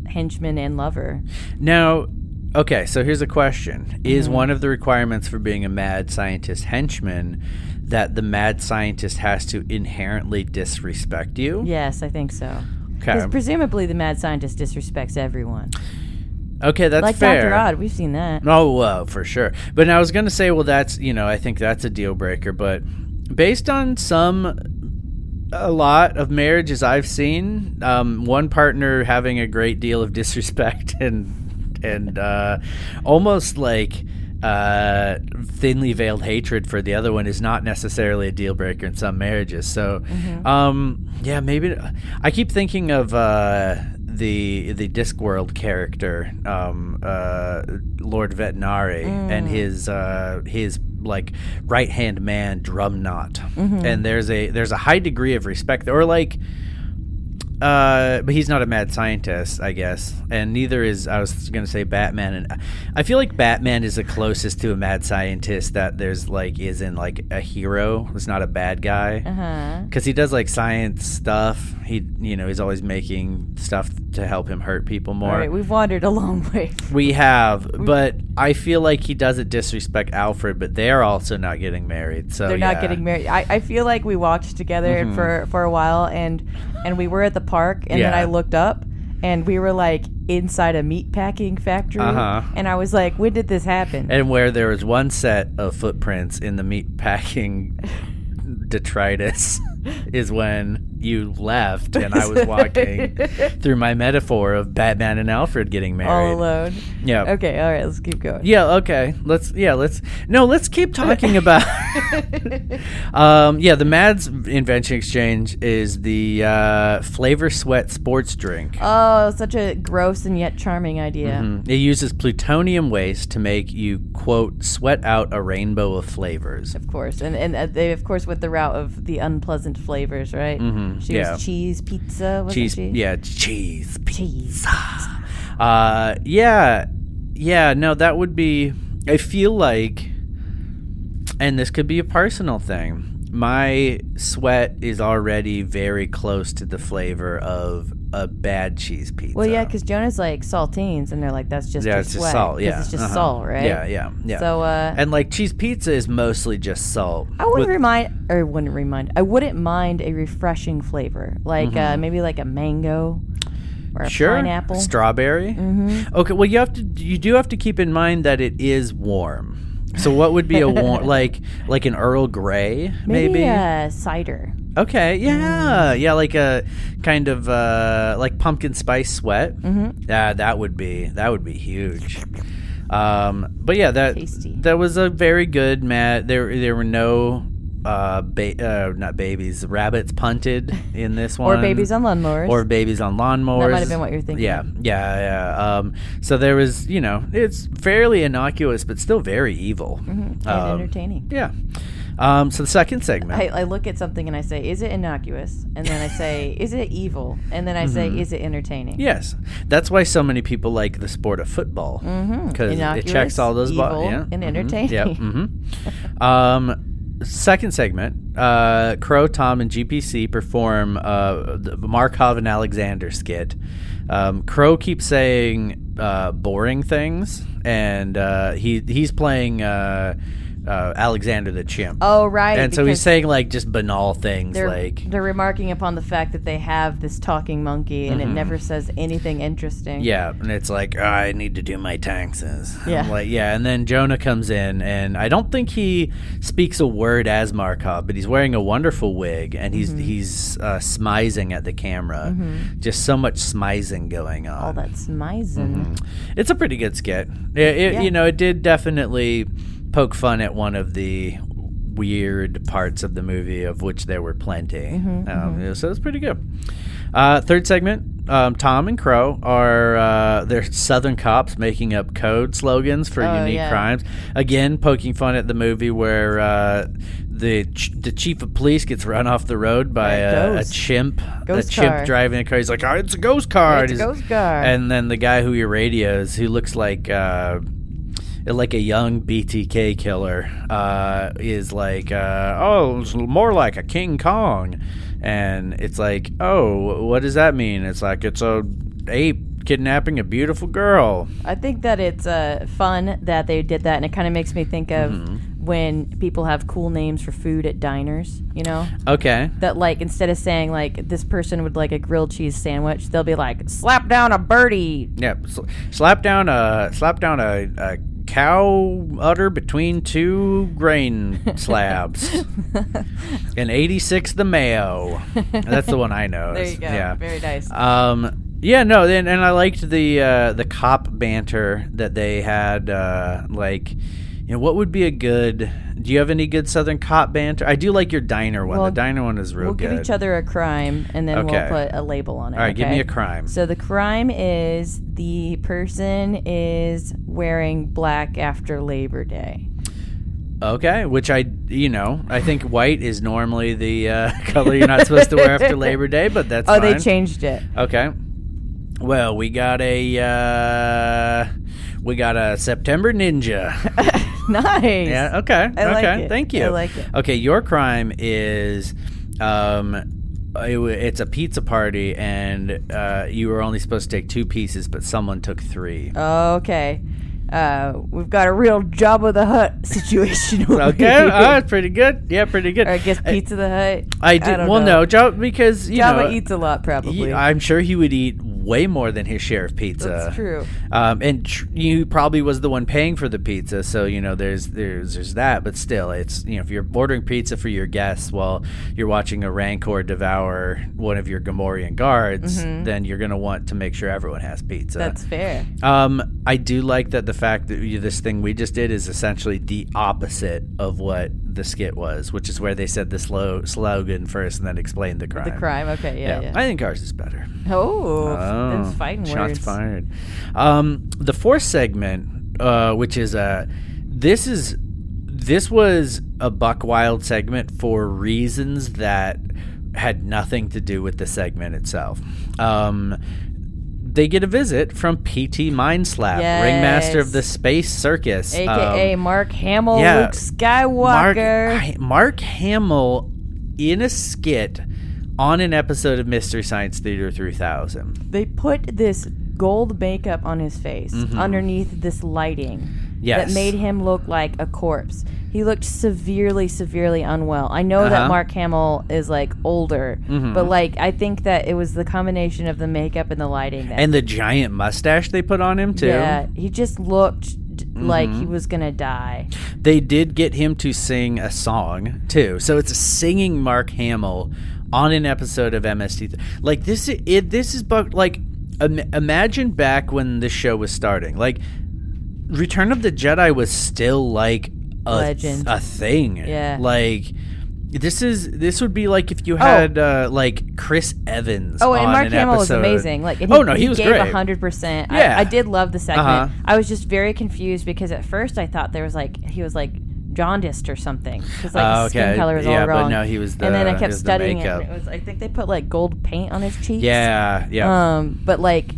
Speaker 4: henchman and lover.
Speaker 5: Now, okay, so here's a question. Is one of the requirements for being a mad scientist henchman that the mad scientist has to inherently disrespect you?
Speaker 4: Yes, I think so. Because
Speaker 5: Okay.
Speaker 4: presumably the mad scientist disrespects everyone.
Speaker 5: Okay, that's
Speaker 4: like
Speaker 5: fair.
Speaker 4: Dr. Odd, we've seen that.
Speaker 5: Oh, well, for sure. But I was going to say, well, that's, you know, I think that's a deal breaker. But based on some, a lot of marriages I've seen, um, one partner having a great deal of disrespect and, and, uh, almost like, uh, thinly veiled hatred for the other one is not necessarily a deal breaker in some marriages. So, um, yeah, maybe I keep thinking of, uh, the the Discworld character, um, uh, Lord Vetinari, and his uh, his like right hand man Drumknot, and there's a there's a high degree of respect, or like. Uh, but he's not a mad scientist, I guess, and neither is I was going to say Batman, and I feel like Batman is the closest to a mad scientist that there's like is in like a hero who's not a bad guy
Speaker 4: Uh-huh.
Speaker 5: because he does like science stuff. He, you know, he's always making stuff to help him hurt people more.
Speaker 4: All right, we've wandered a long way.
Speaker 5: we have, but I feel like he doesn't disrespect Alfred, but they're also not getting married. So
Speaker 4: They're
Speaker 5: Oh, yeah. Mm-hmm.
Speaker 4: not getting married. I, I feel like we watched together for, for a while, and and we were at the park, and then
Speaker 5: Yeah.
Speaker 4: I looked up, and we were like inside a meat packing factory,
Speaker 5: Uh-huh.
Speaker 4: and I was like, when did this happen?
Speaker 5: And where there was one set of footprints in the meat packing detritus is when you left and I was walking through my metaphor of Batman and Alfred getting
Speaker 4: all
Speaker 5: married.
Speaker 4: alone.
Speaker 5: yeah.
Speaker 4: Okay, all right, let's keep going.
Speaker 5: Yeah, okay. Let's yeah, let's No, let's keep talking about Um yeah, the Mads invention exchange is the uh flavor sweat sports drink. Um,
Speaker 4: Oh, such a gross and yet charming idea.
Speaker 5: It uses plutonium waste to make you quote sweat out a rainbow of flavors.
Speaker 4: Of course, and and uh, they of course went the route of the unpleasant flavors, right? Mm-hmm. She
Speaker 5: yeah.
Speaker 4: was cheese pizza, wasn't
Speaker 5: Cheese,
Speaker 4: she?
Speaker 5: yeah, cheese.
Speaker 4: cheese.
Speaker 5: Uh yeah. Yeah, no, that would be I feel like and this could be a personal thing. My sweat is already very close to the flavor of a bad cheese pizza.
Speaker 4: Well, yeah, because Jonah's like saltines, and they're like, that's just
Speaker 5: yeah,
Speaker 4: your
Speaker 5: it's just
Speaker 4: sweat,"
Speaker 5: salt.
Speaker 4: 'cause
Speaker 5: Yeah,
Speaker 4: it's just
Speaker 5: uh-huh.
Speaker 4: salt, right?
Speaker 5: Yeah, yeah, yeah.
Speaker 4: So, uh,
Speaker 5: and like cheese pizza is mostly just salt.
Speaker 4: I wouldn't
Speaker 5: with-
Speaker 4: remind, or wouldn't remind. I wouldn't mind a refreshing flavor, like uh, maybe like a mango or a
Speaker 5: Mm-hmm. sure
Speaker 4: pineapple.
Speaker 5: strawberry. Mm-hmm. Okay, well you have to you do have to keep in mind that it is warm. So what would be a warm like like an Earl Grey
Speaker 4: maybe, Mm.
Speaker 5: maybe?
Speaker 4: uh, cider.
Speaker 5: Okay, yeah, yeah, like a kind of uh, like pumpkin spice sweat. Mm-hmm. Yeah, that would be that would be huge. Um, but yeah, that
Speaker 4: Tasty.
Speaker 5: that was a very good Matt. There there were no uh, ba- uh not babies rabbits punted in this
Speaker 4: Or
Speaker 5: one
Speaker 4: babies on lawnmowers.
Speaker 5: or babies on lawnmowers.
Speaker 4: That might have been what you were thinking.
Speaker 5: Yeah, yeah, yeah. Um, so there was, you know, it's fairly innocuous, but still very evil.
Speaker 4: and
Speaker 5: Um,
Speaker 4: entertaining.
Speaker 5: yeah. Um, so the second segment.
Speaker 4: I, I look at something and I say, "Is it innocuous?" And then I say, "Is it evil?" And then I say,
Speaker 5: Mm-hmm.
Speaker 4: "Is it entertaining?"
Speaker 5: Yes, that's why so many people like the sport of football because it
Speaker 4: Mm-hmm. Innocuous,
Speaker 5: checks all those bo-
Speaker 4: evil,
Speaker 5: yeah,
Speaker 4: and
Speaker 5: mhm,
Speaker 4: entertaining.
Speaker 5: Yep. mhm. um, second segment: uh, Crow, Tom, and GPC perform uh, the Markov and Alexander skit. Um, Crow keeps saying uh, boring things, and uh, he he's playing. Uh, uh, Alexander the chimp.
Speaker 4: Oh, right,
Speaker 5: And so he's
Speaker 4: because-
Speaker 5: saying like just banal things
Speaker 4: They're,
Speaker 5: like
Speaker 4: they're remarking upon the fact that they have this talking monkey and it never says anything interesting.
Speaker 5: Mm-hmm. Yeah, and it's like "Oh, I need to do my taxes.
Speaker 4: Yeah.
Speaker 5: I'm like yeah, and then Jonah comes in, and I don't think he speaks a word as Markov, but he's wearing a wonderful wig, and he's
Speaker 4: Mm-hmm.
Speaker 5: he's uh, smizing at the camera, just so much smizing going on.
Speaker 4: All that smizing.
Speaker 5: Mm-hmm. It's a pretty good skit. It, it,
Speaker 4: Yeah.
Speaker 5: You know, it did definitely poke fun at one of the weird parts of the movie, of which there were plenty.
Speaker 4: Mm-hmm,
Speaker 5: um, So it's pretty good. Uh, third segment: um, Tom and Crow are uh, they're Southern cops making up code slogans for
Speaker 4: Oh,
Speaker 5: unique
Speaker 4: yeah.
Speaker 5: crimes. Again, poking fun at the movie where uh, the ch- the chief of police gets run off the road by
Speaker 4: Yeah,
Speaker 5: a, a
Speaker 4: ghost.
Speaker 5: chimp,
Speaker 4: Ghost
Speaker 5: a chimp
Speaker 4: car.
Speaker 5: driving a car. He's like, "Oh, it's a ghost car."
Speaker 4: It's a
Speaker 5: He's-
Speaker 4: ghost car.
Speaker 5: And then the guy who he radios, who looks like uh, like a young BTK killer, uh, is like, uh, "Oh, it's more like a King Kong," and it's like, "Oh, what does that mean?" It's like it's a ape kidnapping a beautiful girl.
Speaker 4: I think that it's uh, fun that they did that, and it kind of makes me think of
Speaker 5: Mm-hmm.
Speaker 4: when people have cool names for food at diners. You know,
Speaker 5: Okay.
Speaker 4: that like instead of saying like this person would like a grilled cheese sandwich, they'll be like slap down a birdie.
Speaker 5: Yeah, sl- slap down a slap down a, a cow udder between two grain slabs, and eighty six the mayo. That's the one I know.
Speaker 4: There you go.
Speaker 5: Yeah.
Speaker 4: Very nice.
Speaker 5: Um, yeah, no, and, and I liked the uh, the cop banter that they had. Uh, like, you know, what would be a good? Do you have any good Southern cop banter? I do like your diner one.
Speaker 4: Well,
Speaker 5: the diner one is real
Speaker 4: we'll
Speaker 5: good.
Speaker 4: give each other a crime, and then
Speaker 5: Okay.
Speaker 4: we'll put a label on it.
Speaker 5: All right, give
Speaker 4: okay?
Speaker 5: me a crime.
Speaker 4: So the crime is the person is wearing black after Labor Day.
Speaker 5: Okay, which I, you know, I think white is normally the uh, color you're not supposed to wear after Labor Day, but that's
Speaker 4: Oh, they
Speaker 5: fine.
Speaker 4: changed it.
Speaker 5: Okay. Well, we got a uh, we got a September Ninja.
Speaker 4: nice.
Speaker 5: yeah. Okay.
Speaker 4: I like
Speaker 5: okay.
Speaker 4: it.
Speaker 5: Thank you.
Speaker 4: I like it.
Speaker 5: Okay, your crime is. Um, it wa- it's a pizza party, and uh, you were only supposed to take two pieces, but someone took three.
Speaker 4: Okay. Uh, we've got a real Jabba the Hut situation. over
Speaker 5: Okay,
Speaker 4: here.
Speaker 5: oh, that's pretty good. Yeah, pretty good.
Speaker 4: or I guess Pizza the Hut.
Speaker 5: I did.
Speaker 4: don't
Speaker 5: well,
Speaker 4: know.
Speaker 5: no, Joe, because you
Speaker 4: Jabba
Speaker 5: know,
Speaker 4: eats a lot, probably.
Speaker 5: Ye- I'm sure he would eat way more than his share of pizza.
Speaker 4: That's true.
Speaker 5: Um, and tr- you probably was the one paying for the pizza, so you know there's there's there's that. But still, it's you know if you're ordering pizza for your guests while you're watching a rancor devour one of your Gamorrean guards, then you're gonna want to make sure everyone has pizza.
Speaker 4: Mm-hmm. That's fair.
Speaker 5: Um, I do like that the fact that you, this thing we just did is essentially the opposite of what the skit was, which is where they said the slow slogan first and then explained the crime.
Speaker 4: The crime. Okay. Yeah. yeah.
Speaker 5: I think ours is better.
Speaker 4: oh, that's fighting words.
Speaker 5: Shots fired. Um, the fourth segment, uh, which is uh, this is this was a Buck Wild segment for reasons that had nothing to do with the segment itself. Um, they get a visit from PT Mindslap, ringmaster of
Speaker 4: Yes.
Speaker 5: the Space Circus,
Speaker 4: AKA
Speaker 5: um,
Speaker 4: Mark Hamill,
Speaker 5: yeah.
Speaker 4: Luke Skywalker.
Speaker 5: Mark, I- Mark Hamill in a skit on an episode of Mystery Science Theater 3000.
Speaker 4: They put this gold makeup on his face underneath this lighting
Speaker 5: Mm-hmm. Yes.
Speaker 4: that made him look like a corpse. He looked severely, severely unwell. I know that
Speaker 5: Uh-huh. Mm-hmm.
Speaker 4: Mark Hamill is like older, but like I think that it was the combination of the makeup and the lighting that
Speaker 5: and the giant mustache they put on him too.
Speaker 4: yeah, he just looked d- like
Speaker 5: Mm-hmm.
Speaker 4: he was gonna die.
Speaker 5: They did get him to sing a song too. So it's a singing Mark Hamill on an episode of MST. Like this i- it this is bu- like im- imagine back when this show was starting. Like Return of the Jedi was still like a
Speaker 4: Legend.
Speaker 5: a thing.
Speaker 4: Yeah.
Speaker 5: Like this is this would be like if you had uh, like Chris Evans.
Speaker 4: Oh, and
Speaker 5: on
Speaker 4: Mark
Speaker 5: an
Speaker 4: Hamill was
Speaker 5: episode.
Speaker 4: amazing. Like, and
Speaker 5: oh no, he, was
Speaker 4: gave
Speaker 5: great.
Speaker 4: hundred percent.
Speaker 5: Yeah.
Speaker 4: I, I did love the segment.
Speaker 5: Uh-huh.
Speaker 4: I was just very confused because at first I thought there was like he was like jaundiced or something because like
Speaker 5: Oh,
Speaker 4: his skin
Speaker 5: okay.
Speaker 4: color was
Speaker 5: Yeah,
Speaker 4: all
Speaker 5: but
Speaker 4: wrong.
Speaker 5: no, he was the-
Speaker 4: and then I
Speaker 5: he
Speaker 4: kept
Speaker 5: was the
Speaker 4: studying it.
Speaker 5: makeup.
Speaker 4: And it was I think they put like gold paint on his cheeks.
Speaker 5: Yeah, yeah.
Speaker 4: Um, but like,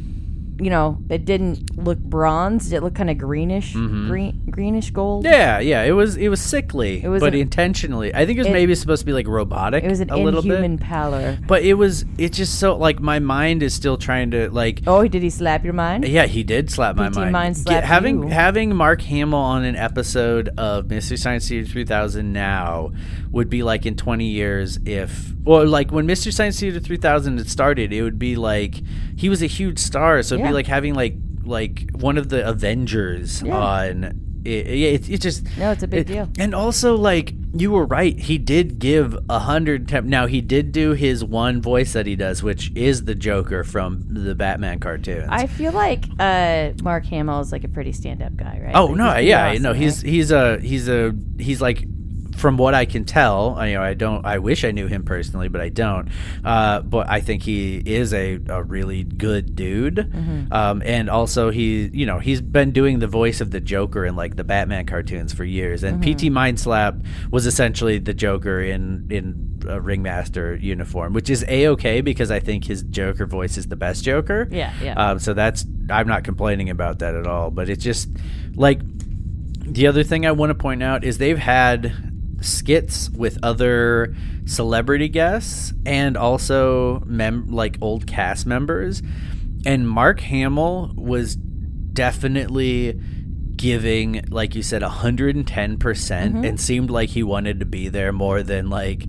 Speaker 4: you know, it didn't look bronzed. It looked kind of greenish, green, greenish gold.
Speaker 5: Mm-hmm. Yeah, yeah, it was it was sickly,
Speaker 4: It was
Speaker 5: but
Speaker 4: an-
Speaker 5: intentionally. I think it was
Speaker 4: it-
Speaker 5: maybe supposed to be like robotic.
Speaker 4: It was an
Speaker 5: a little
Speaker 4: inhuman
Speaker 5: bit,
Speaker 4: pallor.
Speaker 5: but it was it's just so like my mind is still trying to like.
Speaker 4: Oh, did he slap your mind?
Speaker 5: Yeah, he did slap my
Speaker 4: PT
Speaker 5: mind.
Speaker 4: mind
Speaker 5: Get-
Speaker 4: slapped
Speaker 5: having
Speaker 4: you.
Speaker 5: having Mark Hamill on an episode of Mystery Science Theater 3000 now would be like in 20 years if well like when Mystery Science Theater 3000 had started, it would be like he was a huge star, so it'd
Speaker 4: Yeah.
Speaker 5: be like having like like one of the Avengers
Speaker 4: Yeah.
Speaker 5: on. It, it, it just
Speaker 4: No, it's a big
Speaker 5: it-
Speaker 4: deal.
Speaker 5: and also, like you were right, he did give a hundred. Temp- now he did do his one voice that he does, which is the Joker from the Batman cartoons.
Speaker 4: I feel like uh, Mark Hamill is like a pretty stand-up guy, right?
Speaker 5: oh
Speaker 4: Like,
Speaker 5: no,
Speaker 4: he's
Speaker 5: yeah,
Speaker 4: pretty
Speaker 5: no,
Speaker 4: awesome,
Speaker 5: he's
Speaker 4: right?
Speaker 5: he's a he's a he's like from what I can tell. I, you know, I don't. I wish I knew him personally, but I don't. Uh, but I think he is a, a really good dude.
Speaker 4: Mm-hmm.
Speaker 5: Um, and also he, you know, he's been doing the voice of the Joker in like the Batman cartoons for years. And
Speaker 4: Mm-hmm.
Speaker 5: PT Mindslap was essentially the Joker in in a ringmaster uniform, which is a okay because I think his Joker voice is the best Joker.
Speaker 4: Yeah, yeah.
Speaker 5: Um, so that's I'm not complaining about that at all. But it's just like the other thing I want to point out is they've had skits with other celebrity guests and also mem- like old cast members. And Mark Hamill was definitely giving like you said 110% percent
Speaker 4: Mm-hmm.
Speaker 5: and seemed like he wanted to be there more than like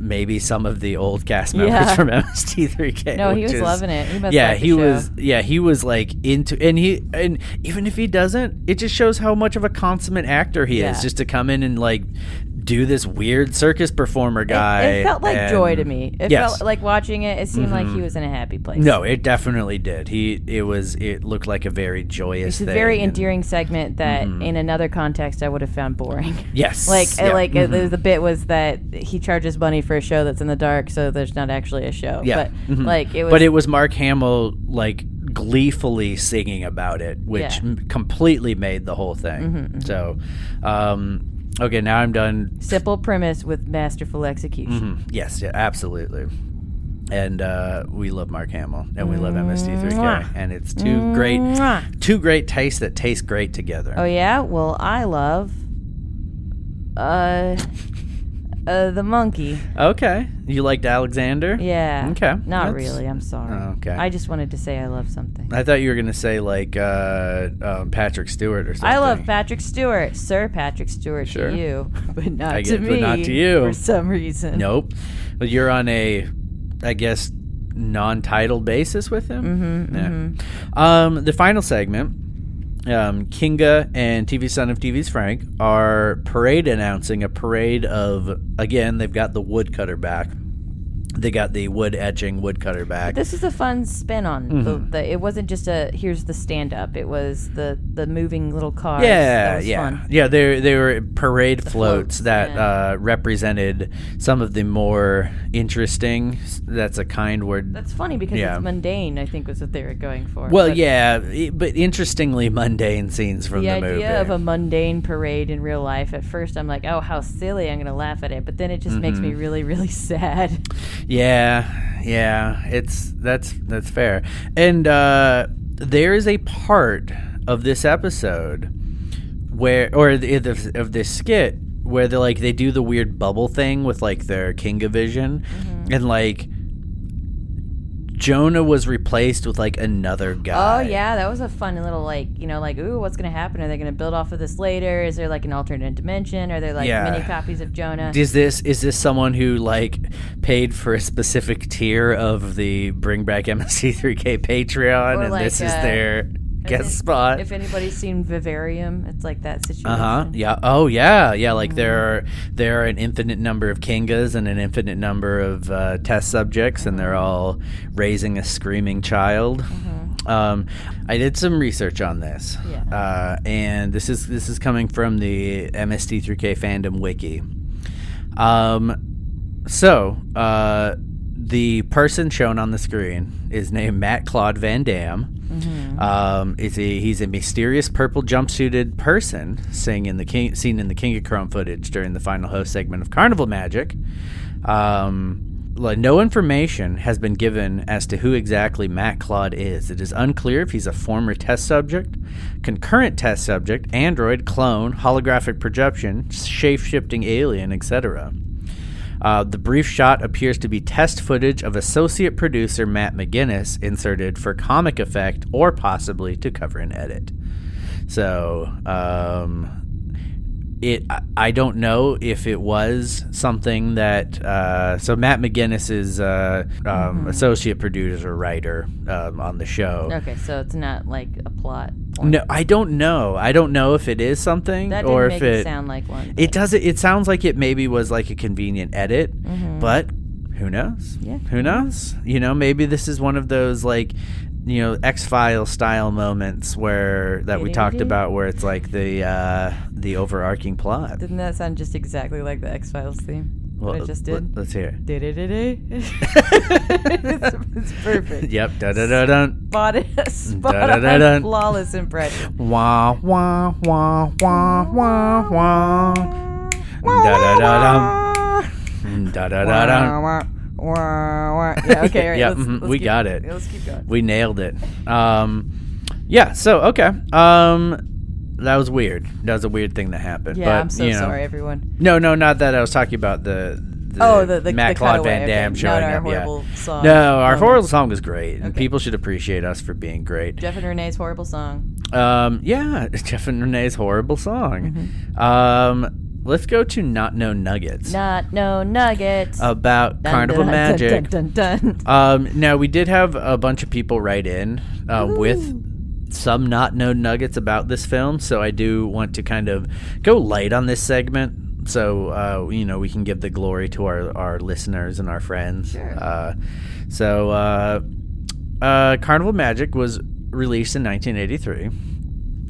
Speaker 5: maybe some of the old cast members
Speaker 4: Yeah.
Speaker 5: from MST3K.
Speaker 4: No, he
Speaker 5: which
Speaker 4: was
Speaker 5: is-
Speaker 4: loving it. He must
Speaker 5: yeah,
Speaker 4: like the
Speaker 5: he
Speaker 4: show.
Speaker 5: was yeah, he was like into and he and even if he doesn't, it just shows how much of a consummate actor he
Speaker 4: Yeah.
Speaker 5: is just to come in and like do this weird circus performer
Speaker 4: It-
Speaker 5: guy.
Speaker 4: It, felt like joy to
Speaker 5: and-
Speaker 4: me. It
Speaker 5: Yes. Mm-hmm.
Speaker 4: felt like watching it. It seemed like he was in a happy place.
Speaker 5: No, it definitely did. He it was it looked like a very joyous
Speaker 4: it's a
Speaker 5: thing.
Speaker 4: very
Speaker 5: and-
Speaker 4: endearing segment that, in another context, I would have found boring.
Speaker 5: Mm-hmm. Yes.
Speaker 4: Like,
Speaker 5: yeah. Mm-hmm.
Speaker 4: like uh, the- the bit was that he charges money for a show that's in the dark, so there's not actually a show.
Speaker 5: Yeah.
Speaker 4: But
Speaker 5: Mhm.
Speaker 4: like it was.
Speaker 5: But it was Mark Hamill like gleefully singing about it, which
Speaker 4: Yeah. Mm-hmm,
Speaker 5: m- completely made the whole thing. So, um, okay, now I'm done
Speaker 4: simple premise with masterful execution.
Speaker 5: Mm. Yes, yeah, absolutely. And uh, we love Mark Hamill, and we love
Speaker 4: Mwah.
Speaker 5: MSD3K, and it's two
Speaker 4: Mwah.
Speaker 5: Mm-hmm, great, two great tastes that taste great together.
Speaker 4: Oh yeah. Well, I love. Uh. Uh, the monkey.
Speaker 5: Okay, you liked Alexander?
Speaker 4: Yeah.
Speaker 5: Okay,
Speaker 4: Not
Speaker 5: that's-
Speaker 4: really. I'm sorry.
Speaker 5: Oh, okay.
Speaker 4: I just wanted to say I love something.
Speaker 5: I thought you were gonna say like uh, um, Patrick Stewart or something.
Speaker 4: I love Patrick Stewart, Sir Patrick Stewart
Speaker 5: Sure.
Speaker 4: to you, but not
Speaker 5: I
Speaker 4: to
Speaker 5: get-
Speaker 4: me.
Speaker 5: but not to you.
Speaker 4: for some reason.
Speaker 5: Nope, but you're on a, I guess, non-titled basis with him. Mm-hmm, Um, the final segment. um, Kinga and TV Son of TV's Frank are parade announcing a parade of again they've got the woodcutter back. They got the wood etching woodcutter back.
Speaker 4: This is a fun spin on the,
Speaker 5: Mm-hmm.
Speaker 4: the. It wasn't just a here's the stand up. It was the the moving little cars.
Speaker 5: yeah,
Speaker 4: That was
Speaker 5: yeah,
Speaker 4: fun.
Speaker 5: yeah. They they were parade floats,
Speaker 4: floats,
Speaker 5: that
Speaker 4: yeah.
Speaker 5: uh, represented some of the more interesting. That's a kind word.
Speaker 4: That's funny because
Speaker 5: Yeah.
Speaker 4: it's mundane. I think was what they were going for.
Speaker 5: well,
Speaker 4: But
Speaker 5: yeah, i- but interestingly mundane scenes from
Speaker 4: The
Speaker 5: the,
Speaker 4: idea
Speaker 5: movie.
Speaker 4: of a mundane parade in real life. At first, I'm like, oh, how silly! I'm going to laugh at it, but then it just makes
Speaker 5: Mm-hmm.
Speaker 4: me really, really sad.
Speaker 5: Yeah, yeah, it's that's that's fair. And uh, there is a part of this episode where, or the, the, of this skit where they like they do the weird bubble thing with like their Kinga vision,
Speaker 4: Mm-hmm.
Speaker 5: and like Jonah was replaced with like another
Speaker 4: Oh
Speaker 5: guy.
Speaker 4: yeah, that was a fun little like you know like ooh what's gonna happen? Are they gonna build off of this later? Is there like an alternate dimension? Are there like
Speaker 5: Yeah.
Speaker 4: mini copies of Jonah?
Speaker 5: Is this is this someone who like paid for a specific tier of the Bring Back MSC3K Patreon,
Speaker 4: Or
Speaker 5: and
Speaker 4: like,
Speaker 5: this is
Speaker 4: uh,
Speaker 5: their guest spot?
Speaker 4: If anybody's seen Vivarium, it's like that situation.
Speaker 5: Uh huh. Yeah. Oh yeah. Yeah. Like there are there are an infinite number of Kingas and an infinite number of uh, test subjects, and
Speaker 4: Mm-hmm.
Speaker 5: they're all raising a screaming child. Um, I did some research on this,
Speaker 4: Mm-hmm. Yeah.
Speaker 5: uh, and this is this is coming from the MST3K fandom wiki. Um, so uh, the person shown on the screen is named Matt Claude Van Dam. Um, is a, he's a mysterious purple jumpsuited person sing in the King, seen in the King of Chrome footage during the final host segment of Carnival Magic. Um, like, no information has been given as to who exactly Matt Claude is. It is unclear if he's a former test subject, concurrent test subject, android, clone, holographic projection, shape shifting alien, etc. Uh, the brief shot appears to be test footage of associate producer Matt McGinnis inserted for comic effect or possibly to cover an edit. So, um, it I- I don't know if it was something that uh, so Matt McGinnis is uh, um,
Speaker 4: Mm-hmm.
Speaker 5: associate producer writer um, on the show.
Speaker 4: Okay, so it's not like a plot. Point.
Speaker 5: No, I don't know. I don't know if it is something
Speaker 4: that didn't
Speaker 5: or
Speaker 4: make
Speaker 5: if it,
Speaker 4: sound like one.
Speaker 5: it doesn't. It sounds like it maybe was like a convenient edit,
Speaker 4: Mm-hmm.
Speaker 5: but who knows?
Speaker 4: Yeah.
Speaker 5: Who knows? You know, maybe this is one of those like, you know, X File style moments where that we talked
Speaker 4: Dee-dee-dee.
Speaker 5: about, where it's like the uh, the overarching plot.
Speaker 4: Didn't that sound just exactly like the X Files theme?
Speaker 5: Well,
Speaker 4: what I just
Speaker 5: let-
Speaker 4: did.
Speaker 5: Let's hear.
Speaker 4: Did it? It's it's
Speaker 5: it.
Speaker 4: perfect.
Speaker 5: Yep. Da da da dun.
Speaker 4: Spot it. Spot
Speaker 5: Da-da-da-dun.
Speaker 4: on. Flawless impression.
Speaker 5: Wah wah wah wah wah wah. Da da da dum. Da da da
Speaker 4: Wah,
Speaker 5: dum.
Speaker 4: wah, wah, wah. Yeah, okay, all right,
Speaker 5: Yeah,
Speaker 4: let's-
Speaker 5: mhm,
Speaker 4: let's
Speaker 5: we
Speaker 4: keep-
Speaker 5: got it.
Speaker 4: Let's keep going.
Speaker 5: We nailed it. Um, yeah. So okay. Um, that was weird. That was a weird thing that happened.
Speaker 4: Yeah,
Speaker 5: but,
Speaker 4: I'm so
Speaker 5: you know-
Speaker 4: sorry, everyone.
Speaker 5: No, no, not that. I was talking about the. the
Speaker 4: Oh, the- the-
Speaker 5: Matt
Speaker 4: the
Speaker 5: Claude
Speaker 4: cutaway,
Speaker 5: Van Damme
Speaker 4: okay.
Speaker 5: showing
Speaker 4: Not our
Speaker 5: up. yeah.
Speaker 4: horrible song
Speaker 5: No, our
Speaker 4: moment.
Speaker 5: horrible song was great, and
Speaker 4: Okay.
Speaker 5: people should appreciate us for being great.
Speaker 4: Jeff and Renee's horrible song.
Speaker 5: Um, yeah, Jeff and Renee's horrible song.
Speaker 4: Mm-hmm.
Speaker 5: Um, let's go to not know nuggets
Speaker 4: Not no nuggets.
Speaker 5: about
Speaker 4: Dun,
Speaker 5: Carnival
Speaker 4: dun, dun,
Speaker 5: Magic.
Speaker 4: Dun, dun, dun.
Speaker 5: Um, now we did have a bunch of people write in uh, with some not known nuggets about this film, so I do want to kind of go light on this segment, so uh, you know we can give the glory to our our listeners and our friends. Uh, so uh, uh, Carnival Magic was released in 1983,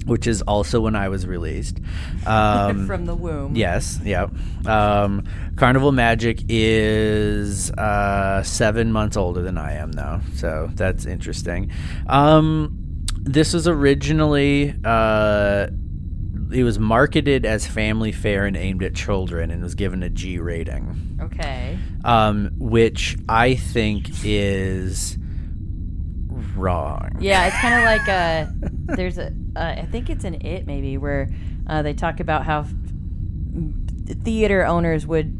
Speaker 5: which is also when I was released. Um,
Speaker 4: From the womb.
Speaker 5: Yes. Yep. Um, Carnival Magic is uh, seven months older than I am, though, so that's interesting. Um, this was originally. Uh, it was marketed as family fare and aimed at children and was given a G rating,
Speaker 4: Okay.
Speaker 5: um, which I think is wrong.
Speaker 4: Yeah, it's kind of like uh there's a uh, I think it's an it maybe where uh, they talk about how f- theater owners would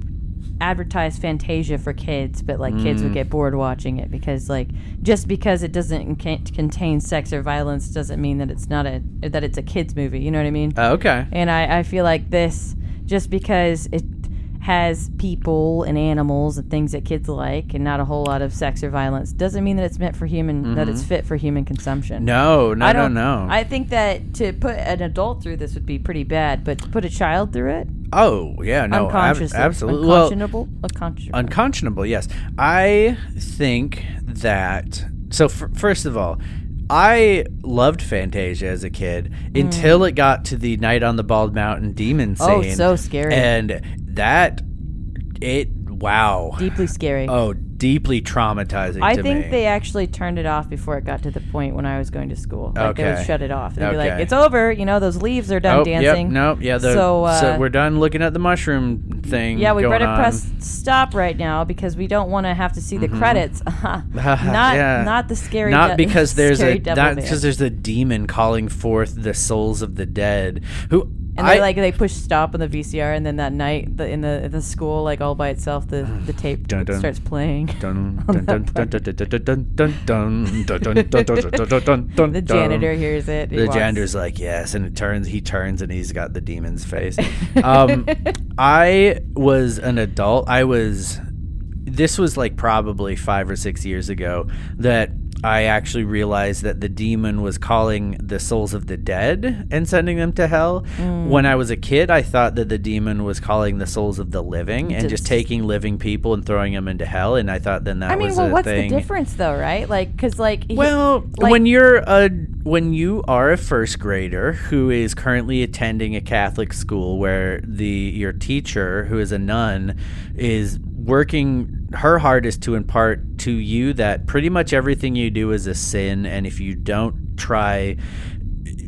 Speaker 4: advertise Fantasia for kids, but like kids would get bored watching it because like just because it doesn't can- contain sex or violence doesn't mean that it's not a that it's a kids movie. You know what I mean?
Speaker 5: Uh, okay.
Speaker 4: And I, I feel like this, just because it has people and animals and things that kids like and not a whole lot of sex or violence, doesn't mean that it's meant for human, that it's fit for human consumption.
Speaker 5: Mm-hmm. No. No.
Speaker 4: I
Speaker 5: no.
Speaker 4: don't
Speaker 5: No.
Speaker 4: I think that to put an adult through this would be pretty bad, but to put a child through it,
Speaker 5: oh, yeah. No. ab-
Speaker 4: unconscious,
Speaker 5: absolutely. Well,
Speaker 4: unconscionable, unconscionable.
Speaker 5: unconscionable yes i think that so f- first of all i loved fantasia as a kid
Speaker 4: Mm.
Speaker 5: until it got to the night on the bald mountain demon scene
Speaker 4: Oh, so scary.
Speaker 5: and that it wow
Speaker 4: deeply scary.
Speaker 5: oh deeply traumatizing
Speaker 4: I
Speaker 5: to
Speaker 4: think
Speaker 5: me.
Speaker 4: they actually turned it off before it got to the point when I was going to school. Like they
Speaker 5: Okay.
Speaker 4: would shut it off. They'd be like,
Speaker 5: Okay.
Speaker 4: "It's over," you know. Those leaves are done
Speaker 5: Oh,
Speaker 4: um, dancing.
Speaker 5: Yep, nope, yeah. The,
Speaker 4: so, uh,
Speaker 5: we're done looking at the mushroom thing.
Speaker 4: Yeah, we
Speaker 5: going
Speaker 4: better
Speaker 5: on.
Speaker 4: press stop right now because we don't want to have to see the credits. not
Speaker 5: Mm-hmm. Yeah.
Speaker 4: not the scary.
Speaker 5: Not
Speaker 4: de-
Speaker 5: because there's
Speaker 4: scary
Speaker 5: a
Speaker 4: devil
Speaker 5: not
Speaker 4: man.
Speaker 5: because there's a demon calling forth the souls of the dead. Who
Speaker 4: And they
Speaker 5: I-
Speaker 4: like they push stop on the VCR, and then that night the, in the in the school, like all by itself, the the tape
Speaker 5: Dun, dun.
Speaker 4: starts playing.
Speaker 5: Dun, dun, dun, dun, dun, dun, dun, dun, dun, dun, dun, dun, dun, dun, dun, dun, dun, dun,
Speaker 4: The
Speaker 5: dun.
Speaker 4: janitor hears it. he
Speaker 5: The
Speaker 4: walks.
Speaker 5: janitor's like, yes, and it turns. He turns, and he's got the demon's face. Um, I was an adult. I was. This was like probably five or six years ago that I actually realized that the demon was calling the souls of the dead and sending them to hell.
Speaker 4: Mm.
Speaker 5: When I was a kid, I thought that the demon was calling the souls of the living and just
Speaker 4: Just-
Speaker 5: taking living people and throwing them into hell. And I thought then that
Speaker 4: I mean,
Speaker 5: was
Speaker 4: well,
Speaker 5: a
Speaker 4: what's
Speaker 5: thing.
Speaker 4: the difference though, right? Like, because like he-
Speaker 5: Well,
Speaker 4: like-
Speaker 5: when you're a when you are a first grader who is currently attending a Catholic school where the your teacher who is a nun is working her hardest to impart to you that pretty much everything you do is a sin and if you don't try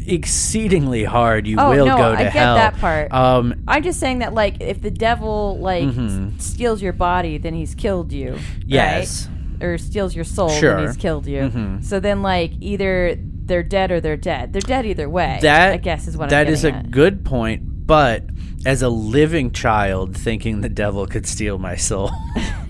Speaker 5: exceedingly hard you
Speaker 4: Oh,
Speaker 5: will
Speaker 4: no,
Speaker 5: go to
Speaker 4: I get
Speaker 5: hell.
Speaker 4: that part.
Speaker 5: Um
Speaker 4: I'm just saying that like if the devil like s- steals your body, then he's killed you.
Speaker 5: Mm-hmm. Yes.
Speaker 4: right? Or steals your soul,
Speaker 5: Sure. Mm-hmm.
Speaker 4: then he's killed you. So then like either they're dead or they're dead. They're dead either way.
Speaker 5: that
Speaker 4: I guess is what
Speaker 5: that
Speaker 4: I'm
Speaker 5: is a
Speaker 4: getting at.
Speaker 5: good point, but as a living child thinking the devil could steal my soul.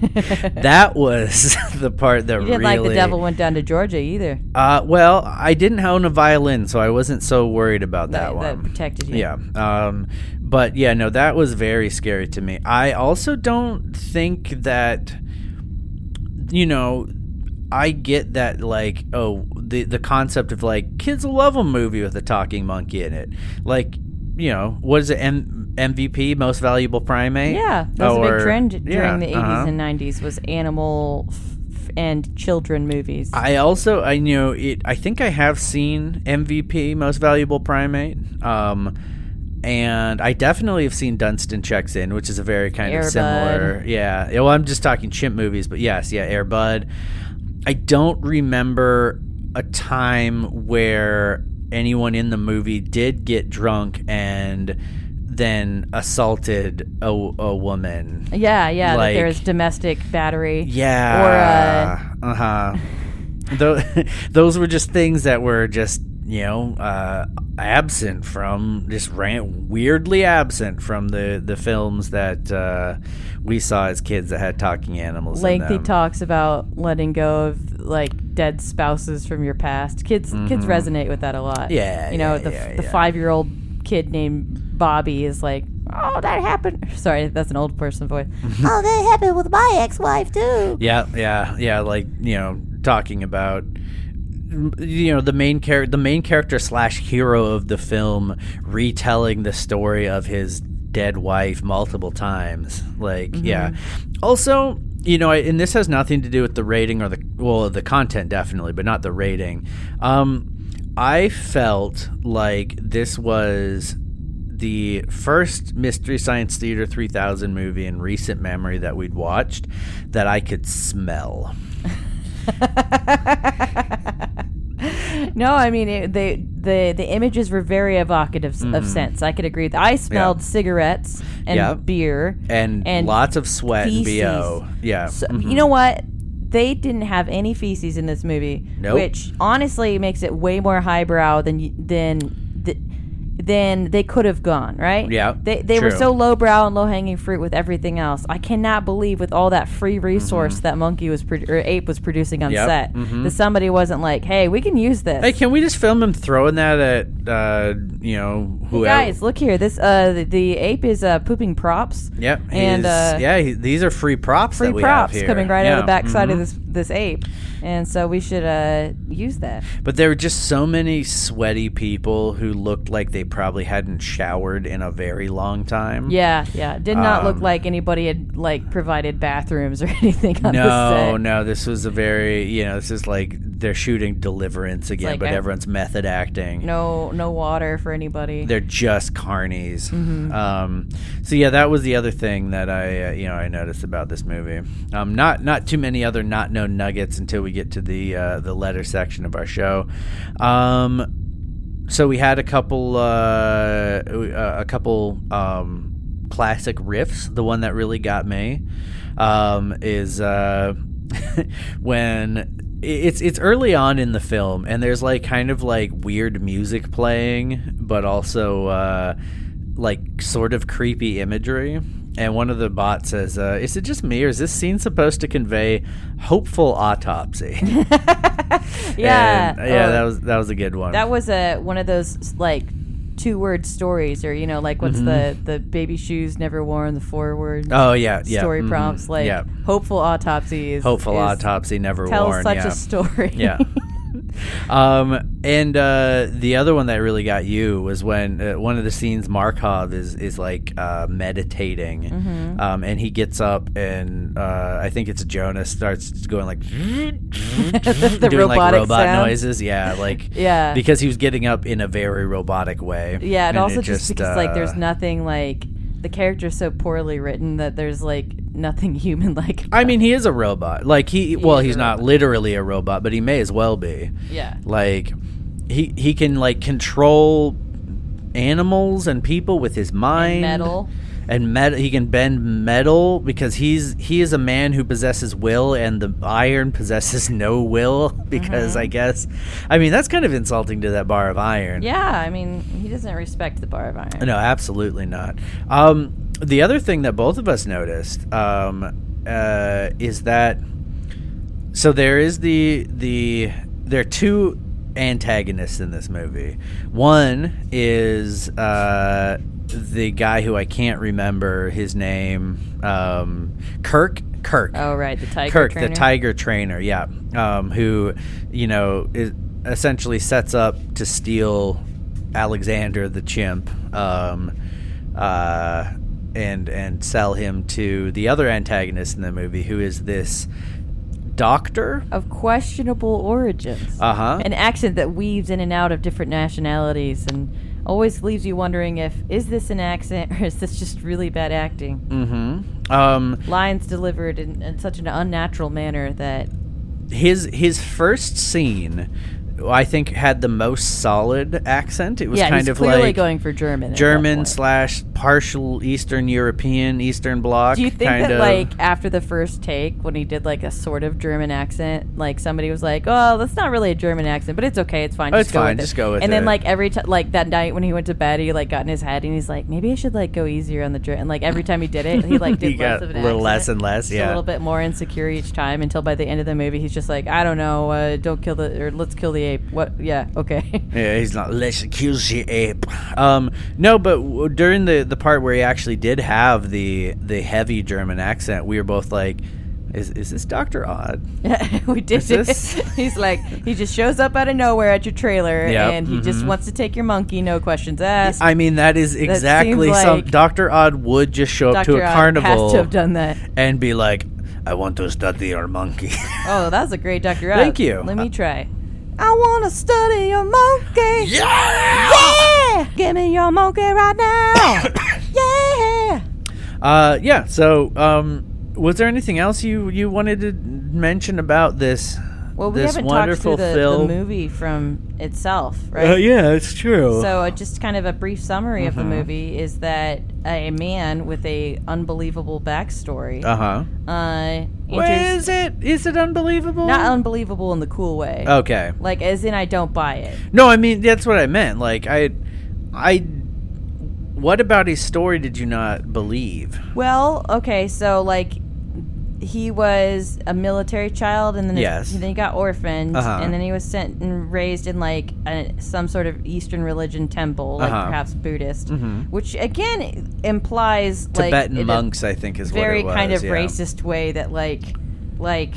Speaker 5: that was the part that
Speaker 4: You didn't
Speaker 5: really
Speaker 4: like the devil went down to Georgia either.
Speaker 5: Uh, well, I didn't own a violin, so I wasn't so worried about that,
Speaker 4: That,
Speaker 5: one.
Speaker 4: that protected you.
Speaker 5: Yeah. Um, but yeah, no, that was very scary to me. I also don't think that, you know, I get that like oh the the concept of like kids will love a movie with a talking monkey in it, like. You know what is it? M- MVP, most valuable primate.
Speaker 4: Yeah, that was a
Speaker 5: Or-
Speaker 4: big trend during
Speaker 5: yeah,
Speaker 4: the 80s
Speaker 5: uh-huh.
Speaker 4: and 90s was animal f- and children movies.
Speaker 5: I also I know it I think I have seen MVP most valuable primate. Um and I definitely have seen Dunstan checks in, which is a very kind
Speaker 4: Air
Speaker 5: of similar.
Speaker 4: Bud.
Speaker 5: Yeah. Well, I'm just talking chimp movies, but yes, yeah, Airbud. I don't remember a time where anyone in the movie did get drunk and then assaulted a, a woman.
Speaker 4: yeah, yeah, that there
Speaker 5: like-
Speaker 4: was domestic battery.
Speaker 5: Yeah. uh huh. Those, those were just things that were just you know uh, absent from just ran weirdly absent from the the films that uh, we saw as kids that had talking animals.
Speaker 4: lengthy
Speaker 5: in them.
Speaker 4: talks about letting go of like dead spouses from your past. Kids kids resonate with that a lot.
Speaker 5: Mm-hmm. Yeah,
Speaker 4: you know
Speaker 5: yeah,
Speaker 4: the
Speaker 5: yeah,
Speaker 4: the
Speaker 5: yeah.
Speaker 4: five year old kid named Bobby is like, oh that happened. Sorry, that's an old person voice. oh, that happened with my ex wife too.
Speaker 5: Yeah, yeah, yeah. Like you know, talking about you know the main character, the main character slash hero of the film, retelling the story of his dead wife multiple times. Like,
Speaker 4: Mm-hmm.
Speaker 5: yeah. Also, you know, I- and this has nothing to do with the rating or the well, the content definitely, but not the rating. Um, I felt like this was the first Mystery Science Theater 3000 movie in recent memory that we'd watched that I could smell.
Speaker 4: No, I mean it, they the the images were very evocative s
Speaker 5: Mm-hmm.
Speaker 4: of scents. I could agree. with I smelled cigarettes and
Speaker 5: Yeah.
Speaker 4: beer
Speaker 5: And,
Speaker 4: And
Speaker 5: lots of sweat
Speaker 4: feces.
Speaker 5: and BO. Yeah.
Speaker 4: So, You know what? They didn't have any feces in this movie,
Speaker 5: Nope.
Speaker 4: which honestly makes it way more highbrow than y- than th- than they could have gone. Right?
Speaker 5: Yeah,
Speaker 4: They they were
Speaker 5: true.
Speaker 4: so lowbrow and low hanging fruit with everything else. I cannot believe with all that free resource that monkey was produ- or ape was producing on
Speaker 5: Mm-hmm. Yep, Mm-hmm.
Speaker 4: set that somebody wasn't like, "Hey, we can use this."
Speaker 5: hey, can we just film him throwing that at, uh, you know, whoever?
Speaker 4: Guys, look here. This uh, the, the ape is uh, pooping props.
Speaker 5: Yep.
Speaker 4: and
Speaker 5: he's-
Speaker 4: uh,
Speaker 5: yeah, he, these are free props.
Speaker 4: free
Speaker 5: that we have
Speaker 4: props
Speaker 5: here.
Speaker 4: coming right out of
Speaker 5: Yeah.
Speaker 4: the backside
Speaker 5: Mhm.
Speaker 4: of this this ape, and so we should uh, use that.
Speaker 5: But there were just so many sweaty people who looked like they probably hadn't showered in a very long time.
Speaker 4: Yeah, yeah. Did not look
Speaker 5: Um,
Speaker 4: like anybody had like provided bathrooms or anything on the set.
Speaker 5: No, no, this was a very, you know, this is like they're shooting Deliverance again,
Speaker 4: like
Speaker 5: but
Speaker 4: ev-
Speaker 5: everyone's method acting.
Speaker 4: no, no water for anybody.
Speaker 5: They're just carnies. Um, so yeah, that was the other thing that I, uh, you know, I noticed about this movie. Um, not not too many other not known nuggets until we get to the uh, the letter section of our show. Um, so we had a couple uh, w- uh, a couple um, classic riffs. The one that really got me um, is uh, when. i- It's it's early on in the film, and there's like kind of like weird music playing, but also uh, like sort of creepy imagery. And one of the bots says, uh, "Is it just me, or is this scene supposed to convey hopeful autopsy?" And,
Speaker 4: yeah,
Speaker 5: yeah,
Speaker 4: Oh,
Speaker 5: that was that was a good one.
Speaker 4: that was a one of those like two word stories, or you know, like what's the the baby shoes never worn, the four word
Speaker 5: Mm-hmm. oh yeah, yeah,
Speaker 4: story
Speaker 5: mhm,
Speaker 4: prompts, like
Speaker 5: yeah.
Speaker 4: hopeful autopsy is
Speaker 5: hopeful
Speaker 4: is-
Speaker 5: autopsy never
Speaker 4: tells
Speaker 5: worn.
Speaker 4: such
Speaker 5: yeah.
Speaker 4: a story.
Speaker 5: yeah. Um, and uh, the other one that really got you was when uh, one of the scenes Markov is is like uh, meditating,
Speaker 4: Mm-hmm.
Speaker 5: um, and he gets up and uh, I think it's Jonas starts going like
Speaker 4: the
Speaker 5: doing like
Speaker 4: robotic
Speaker 5: robot
Speaker 4: sound.
Speaker 5: noises, yeah, like
Speaker 4: Yeah.
Speaker 5: because he was getting up in a very robotic way.
Speaker 4: Yeah, and,
Speaker 5: it
Speaker 4: also just, because like
Speaker 5: uh,
Speaker 4: there's nothing like the character's so poorly written that there's like nothing human like.
Speaker 5: I mean, he is a robot. Like he, well,
Speaker 4: is a
Speaker 5: he's not literally a robot, but he may as well be.
Speaker 4: Yeah.
Speaker 5: Like he he can like control animals and people with his mind.
Speaker 4: metal.
Speaker 5: And metal, he can bend metal because he's he is a man who possesses will, and the iron possesses no will. Because
Speaker 4: Mm-hmm.
Speaker 5: I guess, I mean, that's kind of insulting to that bar of iron.
Speaker 4: Yeah, I mean he doesn't respect the bar of iron.
Speaker 5: No, absolutely not. Um, the other thing that both of us noticed um, uh, is that so there is the the there are two antagonists in this movie. One is uh, the guy who I can't remember his name, um, Kirk. Kirk.
Speaker 4: Oh right, the tiger.
Speaker 5: Kirk,
Speaker 4: trainer.
Speaker 5: the tiger trainer, yeah, um, who you know is essentially sets up to steal Alexander the chimp, um, uh, and and sell him to the other antagonist in the movie, who is this doctor.
Speaker 4: of questionable origins.
Speaker 5: Uh huh.
Speaker 4: an accent that weaves in and out of different nationalities and always leaves you wondering if is this an accent or is this just really bad acting?
Speaker 5: Mm-hmm. Um,
Speaker 4: Lines delivered in, in such an unnatural manner that
Speaker 5: his his first scene, I think, had the most solid accent. It was
Speaker 4: yeah,
Speaker 5: kind
Speaker 4: he's
Speaker 5: of
Speaker 4: clearly
Speaker 5: like
Speaker 4: going for German. at that
Speaker 5: German
Speaker 4: point.
Speaker 5: slash partial Eastern European Eastern Bloc.
Speaker 4: Do you think
Speaker 5: kind
Speaker 4: that
Speaker 5: of.
Speaker 4: like after the first take when he did like a sort of German accent, like somebody was like, "Oh, that's not really a German accent, but it's okay, it's fine,
Speaker 5: Oh,
Speaker 4: just
Speaker 5: it's
Speaker 4: go
Speaker 5: fine,
Speaker 4: with
Speaker 5: just
Speaker 4: it."
Speaker 5: go with
Speaker 4: and
Speaker 5: it.
Speaker 4: then like every time, like that night when he went to bed, he like got in his head and he's like, "Maybe I should like go easier on the German." And like every time he did it, he like did
Speaker 5: He
Speaker 4: less
Speaker 5: got
Speaker 4: of an
Speaker 5: a little less
Speaker 4: accent,
Speaker 5: and less,
Speaker 4: just a
Speaker 5: yeah.
Speaker 4: little bit more insecure each time until by the end of the movie, he's just like, "I don't know, uh, don't kill the or let's kill the ape." What? Yeah, okay.
Speaker 5: Yeah, he's not less accusing ape. Um, no, but w- during the the part where he actually did have the the heavy German accent, we were both like, "Is is this Doctor Odd?"
Speaker 4: we did
Speaker 5: Is
Speaker 4: it.
Speaker 5: this-
Speaker 4: He's like, he just shows up out of nowhere at your trailer,
Speaker 5: Yep, Mm-hmm.
Speaker 4: and he just wants to take your monkey, no questions asked.
Speaker 5: I mean, that is exactly
Speaker 4: seems
Speaker 5: some
Speaker 4: like-
Speaker 5: Doctor Odd would just show up
Speaker 4: Dr.
Speaker 5: to a
Speaker 4: Ock has
Speaker 5: carnival
Speaker 4: to have done that.
Speaker 5: and be like, "I want to study your monkey."
Speaker 4: Oh, that was a great Dr. Ock.
Speaker 5: Thank you.
Speaker 4: Let me try. I want to study your monkey.
Speaker 5: yeah.
Speaker 4: Yeah! Give me your monkey right now. yeah!
Speaker 5: Uh, yeah. So, um, was there anything else you you wanted to mention about this?
Speaker 4: Well, we
Speaker 5: this
Speaker 4: haven't talked
Speaker 5: wonderful
Speaker 4: through the,
Speaker 5: film. Uh,
Speaker 4: the movie from itself, right?
Speaker 5: yeah, Mm-hmm. it's true.
Speaker 4: So, uh, just kind of a brief summary of the movie is that a man with a unbelievable backstory
Speaker 5: uh huh.
Speaker 4: uh,
Speaker 5: Where
Speaker 4: enters,
Speaker 5: is it? Is it unbelievable?
Speaker 4: not unbelievable in the cool way.
Speaker 5: okay.
Speaker 4: Like, as in, I don't buy it.
Speaker 5: No, I mean that's what I meant. Like I, I. What about his story did you not believe?
Speaker 4: Well, okay, so like he was a military child, and then
Speaker 5: Yes.
Speaker 4: then he got orphaned,
Speaker 5: Uh-huh.
Speaker 4: and then he was sent and raised in like a, some sort of Eastern religion temple, like
Speaker 5: Uh-huh. Mm-hmm.
Speaker 4: perhaps Buddhist, which again implies like
Speaker 5: Tibetan
Speaker 4: in a
Speaker 5: monks, I think, is
Speaker 4: very
Speaker 5: what it was.
Speaker 4: kind of
Speaker 5: yeah.
Speaker 4: racist way that like like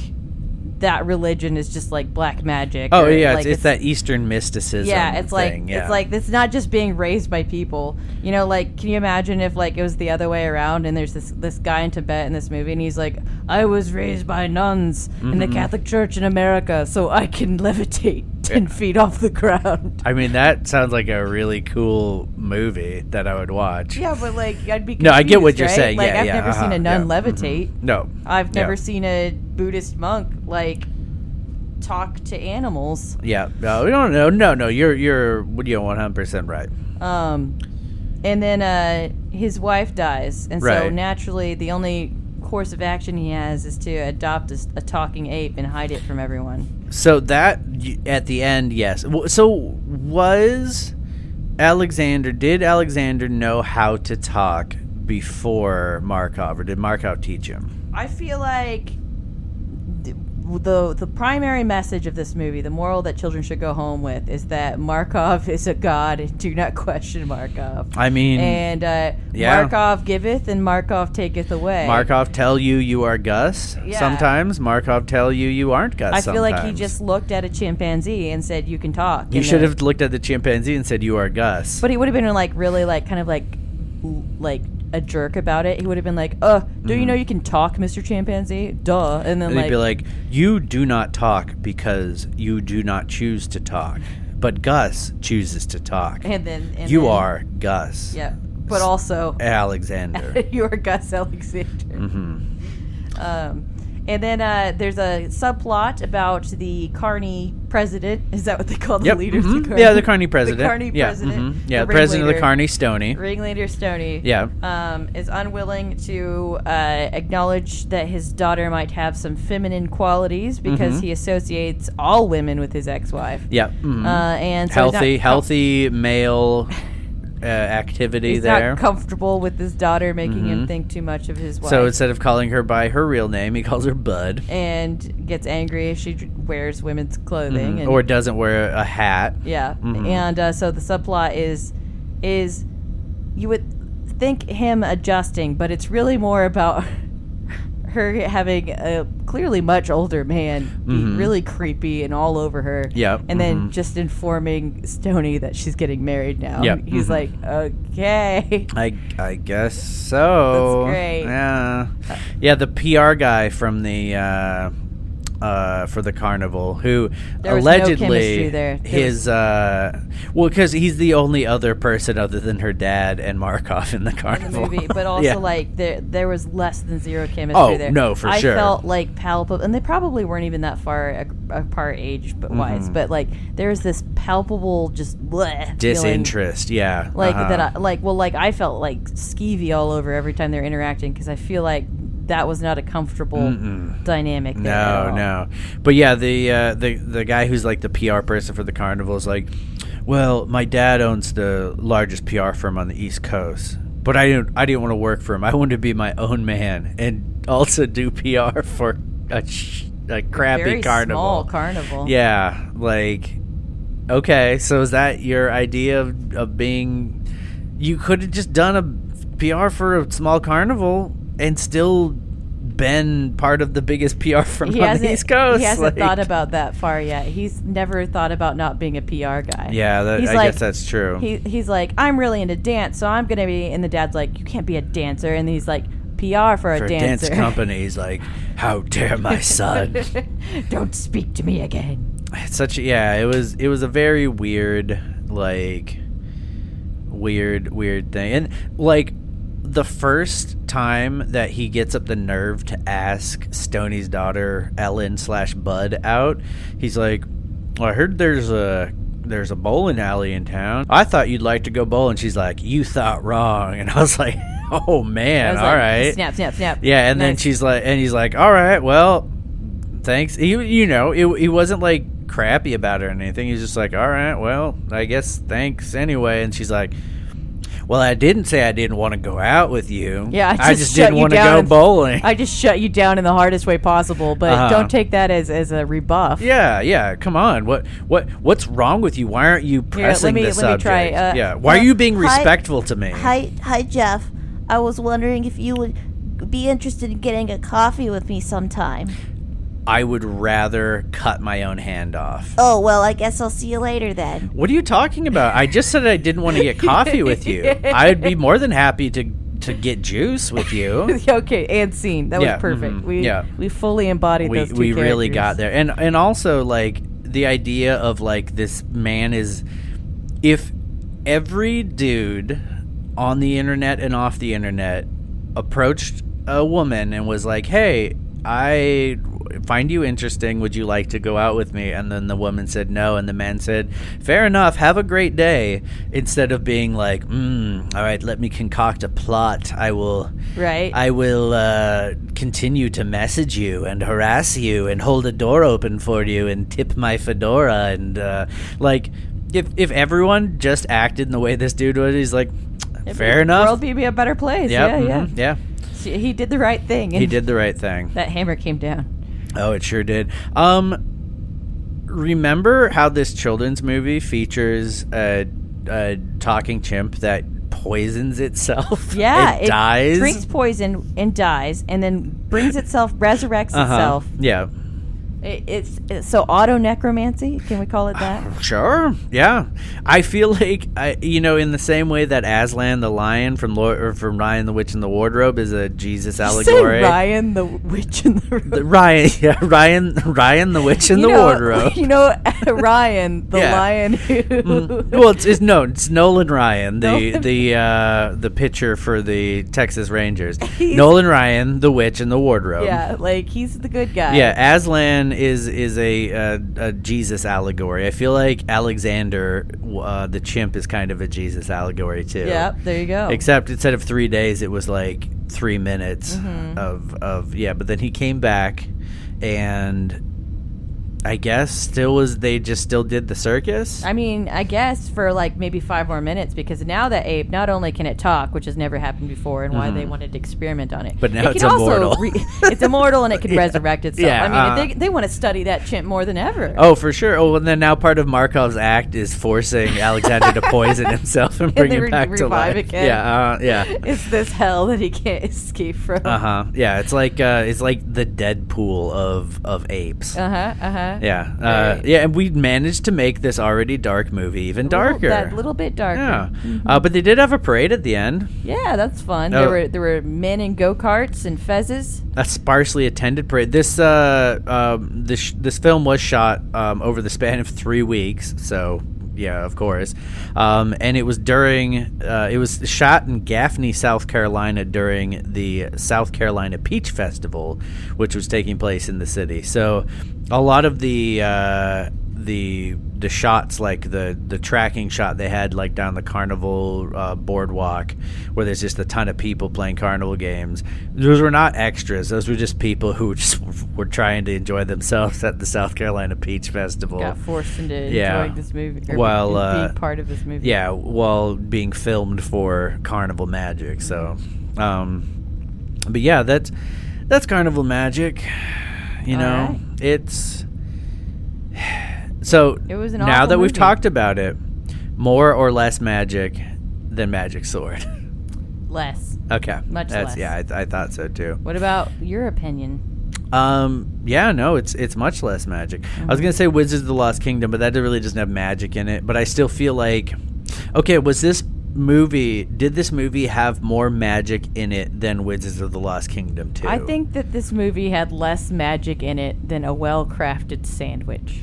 Speaker 4: that religion is just like black magic.
Speaker 5: Oh
Speaker 4: or,
Speaker 5: yeah,
Speaker 4: like,
Speaker 5: it's, it's that Eastern mysticism.
Speaker 4: yeah, it's like
Speaker 5: thing, yeah.
Speaker 4: it's like it's not just being raised by people. You know, like can you imagine if like it was the other way around and there's this this guy in Tibet in this movie and he's like, I was raised by nuns in
Speaker 5: Mm-hmm.
Speaker 4: the Catholic Church in America, so I can levitate ten feet off the ground.
Speaker 5: I mean that sounds like a really cool movie that I would watch.
Speaker 4: Yeah, but like I'd be
Speaker 5: No, I get what
Speaker 4: confused,
Speaker 5: you're
Speaker 4: right?
Speaker 5: saying.
Speaker 4: Like
Speaker 5: yeah,
Speaker 4: I've
Speaker 5: yeah,
Speaker 4: never seen
Speaker 5: uh-huh,
Speaker 4: a nun
Speaker 5: yeah, mhm.
Speaker 4: levitate.
Speaker 5: No,
Speaker 4: I've
Speaker 5: yeah,
Speaker 4: never seen a Buddhist monk like talk to animals.
Speaker 5: Yeah, no, no, no, no, no. You're you're you're one hundred percent right.
Speaker 4: Um, and then uh, his wife dies, and so
Speaker 5: Right.
Speaker 4: naturally, the only course of action he has is to adopt a, s- a talking ape and hide it from everyone.
Speaker 5: So that y- at the end, yes. W- So was Alexander did Alexander know how to talk before Markov, or did Markov teach him?
Speaker 4: I feel like th- the the primary message of this movie, the moral that children should go home with, is that Markov is a god and do not question Markov.
Speaker 5: I mean,
Speaker 4: and uh,
Speaker 5: yeah.
Speaker 4: Markov giveth and Markov taketh away.
Speaker 5: Markov tell you you are Gus.
Speaker 4: Yeah.
Speaker 5: Sometimes Markov tell you you aren't Gus.
Speaker 4: I feel like he
Speaker 5: sometimes.
Speaker 4: just looked at a chimpanzee and said, "You can talk."
Speaker 5: You
Speaker 4: and
Speaker 5: should
Speaker 4: then-
Speaker 5: have looked at the chimpanzee and said you are Gus.
Speaker 4: But he would have been like really like kind of like l- like a jerk about it. He would have been like, "Uh, do you know you can talk, Mister Chimpanzee? Duh!" And then
Speaker 5: Mm-hmm. and
Speaker 4: like,
Speaker 5: he'd be like, "You do not talk because you do not choose to talk, but Gus chooses to talk.
Speaker 4: and then and
Speaker 5: you
Speaker 4: then-
Speaker 5: are Gus,
Speaker 4: yeah. But also,
Speaker 5: Alexander."
Speaker 4: you are Gus Alexander.
Speaker 5: Mm-hmm.
Speaker 4: Um, and then uh, there's a subplot about the Carney president. Is that what they call the
Speaker 5: yep.
Speaker 4: leader?
Speaker 5: mhm.
Speaker 4: Of the Carney?
Speaker 5: yeah, the Carney president.
Speaker 4: The Carney
Speaker 5: yeah,
Speaker 4: president.
Speaker 5: mhm.
Speaker 4: the
Speaker 5: Yeah, the president of the
Speaker 4: ringleader.
Speaker 5: Carney Stony.
Speaker 4: Ringleader Stony.
Speaker 5: Yeah.
Speaker 4: Um, is unwilling to uh, acknowledge that his daughter might have some feminine qualities because he associates all women with his ex-wife.
Speaker 5: Mm-hmm. Yeah. mhm.
Speaker 4: Uh, and so he's not
Speaker 5: healthy,
Speaker 4: com-
Speaker 5: healthy male uh, activity
Speaker 4: He's
Speaker 5: there. Mm-hmm.
Speaker 4: not comfortable with his daughter, making him think too much of his wife.
Speaker 5: so instead of calling her by her real name, he calls her Bud,
Speaker 4: and gets angry if she dr- wears women's clothing. And,
Speaker 5: Mm-hmm. or doesn't wear a hat.
Speaker 4: Yeah, and uh, so the subplot is is you would think him adjusting, but it's really more about her having a clearly much older man be really creepy and all over her.
Speaker 5: Yeah,
Speaker 4: and then just informing Stony that she's getting married now.
Speaker 5: Yeah,
Speaker 4: he's
Speaker 5: mhm.
Speaker 4: like, okay.
Speaker 5: I, I guess so.
Speaker 4: That's great. Uh,
Speaker 5: Yeah, yeah. The PR guy from the uh, uh, for the carnival who
Speaker 4: There was no
Speaker 5: allegedly
Speaker 4: chemistry there. There
Speaker 5: his uh, well because he's the only other person other than her dad and Markov in the
Speaker 4: in
Speaker 5: carnival.
Speaker 4: the movie, but also
Speaker 5: Yeah.
Speaker 4: like there there was less than zero chemistry
Speaker 5: Oh,
Speaker 4: there.
Speaker 5: no, for
Speaker 4: I
Speaker 5: sure.
Speaker 4: I felt like palpable, and they probably weren't even that far a- apart age
Speaker 5: Mm-hmm.
Speaker 4: but wise, but like there was this palpable just bleh feeling,
Speaker 5: disinterest. Yeah,
Speaker 4: like
Speaker 5: uh-huh.
Speaker 4: that. I, like well, like I felt like skeevy all over every time they're interacting because I feel like that was not a comfortable dynamic. There at
Speaker 5: No,
Speaker 4: all.
Speaker 5: no. But yeah, the uh, the the guy who's like the PR person for the carnival is like, well, my dad owns the largest PR firm on the East Coast, but I didn't I didn't want to work for him. I wanted to be my own man and also do PR for a, sh- a crappy
Speaker 4: Very
Speaker 5: carnival.
Speaker 4: small carnival.
Speaker 5: Yeah, like okay, so is that your idea of, of being? You could have just done a PR for a small carnival and still been part of the biggest PR firm
Speaker 4: He
Speaker 5: on the
Speaker 4: hasn't,
Speaker 5: East Coast.
Speaker 4: he hasn't
Speaker 5: like-
Speaker 4: thought about that far yet. He's never thought about not being a PR guy.
Speaker 5: Yeah, that,
Speaker 4: He's
Speaker 5: I
Speaker 4: like,
Speaker 5: guess that's true.
Speaker 4: He, he's like, I'm really into dance, so I'm gonna be. And the dad's like, you can't be a dancer. And he's like, PR for a
Speaker 5: for
Speaker 4: dancer.
Speaker 5: dance companies, like, how dare my son?
Speaker 4: Don't speak to me again.
Speaker 5: It's such yeah it was it was a very weird like weird weird thing and like the first time that he gets up the nerve to ask stony's daughter ellen slash bud out he's like i heard there's a there's a bowling alley in town i thought you'd like to go bowling she's like you thought wrong and i was like oh
Speaker 4: I
Speaker 5: man
Speaker 4: was
Speaker 5: all right."
Speaker 4: like, Snap, snap, snap.
Speaker 5: Yeah, and then
Speaker 4: Nice.
Speaker 5: she's like, and he's like, all right, well, thanks. He, you know, it, he wasn't like crappy about her or anything. He's just like, all right, well, I guess thanks anyway. And she's like, well, I didn't say I didn't want to go out with you.
Speaker 4: Yeah, I
Speaker 5: I
Speaker 4: just
Speaker 5: just,
Speaker 4: shut
Speaker 5: didn't
Speaker 4: you
Speaker 5: want to
Speaker 4: down
Speaker 5: go
Speaker 4: and-
Speaker 5: bowling.
Speaker 4: I just shut you down in the hardest way possible, but
Speaker 5: Uh-huh.
Speaker 4: don't take that as as a rebuff.
Speaker 5: yeah, yeah. Come on, what, what, what's wrong with you? Why aren't you pressing
Speaker 4: let me-
Speaker 5: this
Speaker 4: let me try,
Speaker 5: subject?
Speaker 4: uh,
Speaker 5: yeah, why are
Speaker 6: uh,
Speaker 5: you being
Speaker 6: hi-
Speaker 5: respectful to me?
Speaker 6: Hi, hi, Jeff. I was wondering if you would be interested in getting a coffee with me sometime.
Speaker 5: I would rather cut my own hand off.
Speaker 6: Oh, well, I guess I'll see you later then.
Speaker 5: What are you talking about? I just said I didn't want to get coffee with you. I'd be more than happy to to get juice with you.
Speaker 4: okay, and scene. That was
Speaker 5: Yeah,
Speaker 4: perfect.
Speaker 5: mhm,
Speaker 4: We
Speaker 5: yeah.
Speaker 4: we fully embodied
Speaker 5: we
Speaker 4: those two
Speaker 5: we really
Speaker 4: characters.
Speaker 5: got there. And and also like the idea of like this man is if every dude on the internet and off the internet approached a woman and was like, "Hey, I find you interesting. Would you like to go out with me?" And then the woman said no, and the man said, "Fair enough. Have a great day." Instead of being like, mm, "All right, let me concoct a plot. I will,
Speaker 4: Right.
Speaker 5: I will uh, continue to message you and harass you and hold a door open for you and tip my fedora and uh, like." if if everyone just acted in the way this dude would, he's like, fair
Speaker 4: The
Speaker 5: enough.
Speaker 4: world would be a better place.
Speaker 5: Yep,
Speaker 4: yeah, yeah.
Speaker 5: mhm, yeah.
Speaker 4: She- He did the right thing. And
Speaker 5: He did the right thing.
Speaker 4: That hammer came down.
Speaker 5: Oh, it sure did. Um, remember how this children's movie features a, a talking chimp that poisons itself?
Speaker 4: Yeah,
Speaker 5: it, dies.
Speaker 4: drinks poison and dies, and then brings itself, resurrects
Speaker 5: Uh-huh.
Speaker 4: itself.
Speaker 5: Yeah.
Speaker 4: It, it's, it's so auto necromancy. Can we call it that?
Speaker 5: Sure. Yeah. I feel like I, you know, in the same way that Aslan the lion from Lord, or from Ryan the Witch in the Wardrobe is a Jesus allegory.
Speaker 4: Say Ryan the witch in the room.
Speaker 5: The- Ryan, yeah, Ryan, Ryan the Witch in
Speaker 4: You
Speaker 5: the
Speaker 4: know-
Speaker 5: Wardrobe.
Speaker 4: You know Ryan the
Speaker 5: Yeah.
Speaker 4: lion who.
Speaker 5: Mm. well, it's, it's no, it's Nolan Ryan, the
Speaker 4: Nolan-
Speaker 5: the uh, the pitcher for the Texas Rangers. Nolan Ryan, the witch in the wardrobe.
Speaker 4: yeah, like he's the good guy.
Speaker 5: Yeah, Aslan is is a, a, a Jesus allegory. I feel like Alexander, uh, the chimp, is kind of a Jesus allegory too.
Speaker 4: Yep. There you go.
Speaker 5: Except instead of three days, it was like three minutes
Speaker 4: Mm-hmm.
Speaker 5: of of yeah. But then he came back, and I guess still was they just still did the circus.
Speaker 4: I mean, I guess for like maybe five more minutes because now that ape not only can it talk, which has never happened before, and why they wanted to experiment on it,
Speaker 5: Mm-hmm. But now
Speaker 4: it
Speaker 5: it's
Speaker 4: can
Speaker 5: immortal.
Speaker 4: Also re- it's immortal and it can resurrect itself.
Speaker 5: Yeah,
Speaker 4: I mean,
Speaker 5: uh,
Speaker 4: they, they want to study that chimp more than ever.
Speaker 5: Oh, for sure. Oh, and then now part of Markov's act is forcing Alexander to poison himself and bring
Speaker 4: they
Speaker 5: him
Speaker 4: re-
Speaker 5: back to
Speaker 4: revive
Speaker 5: life.
Speaker 4: again.
Speaker 5: Yeah, uh, yeah.
Speaker 4: It's this hell that he can't escape from.
Speaker 5: Uh huh. Yeah, it's like uh, it's like the Deadpool of of apes.
Speaker 4: Uh huh. Uh huh.
Speaker 5: yeah, uh, yeah, and we managed to make this already dark movie even darker.
Speaker 4: That little bit darker.
Speaker 5: yeah, uh, but they did have a parade at the end.
Speaker 4: Yeah, that's fun.
Speaker 5: Oh.
Speaker 4: There were there were men in go karts and fezzes.
Speaker 5: a sparsely attended parade. This uh, um, this this film was shot um, over the span of three weeks, so yeah, of course. Um, and it was during uh, it was shot in Gaffney, South Carolina, during the South Carolina Peach Festival, which was taking place in the city. So a lot of the uh, the the shots like the the tracking shot they had like down the carnival uh, boardwalk where there's just a ton of people playing carnival games those were not extras those were just people who just were trying to enjoy themselves at the south carolina peach festival
Speaker 4: Got forced into
Speaker 5: Oh. Yeah.
Speaker 4: enjoying this movie or
Speaker 5: Well,
Speaker 4: being
Speaker 5: uh,
Speaker 4: part of this movie.
Speaker 5: yeah while being filmed for carnival magic so um but yeah that's that's carnival magic you
Speaker 4: All
Speaker 5: know
Speaker 4: right.
Speaker 5: it's so
Speaker 4: It was an
Speaker 5: now
Speaker 4: awful
Speaker 5: that we've
Speaker 4: movie.
Speaker 5: talked about it more or less magic than magic sword
Speaker 4: Less.
Speaker 5: okay
Speaker 4: Much less.
Speaker 5: yeah I, th- I thought so too
Speaker 4: What about your opinion?
Speaker 5: um yeah no it's it's much less magic i
Speaker 4: Mm-hmm.
Speaker 5: was gonna say wizards of the lost kingdom but that really doesn't have magic in it but i still feel like okay was this movie did this movie have more magic in it than wizards of the lost kingdom too
Speaker 4: I think that this movie had less magic in it than a well-crafted sandwich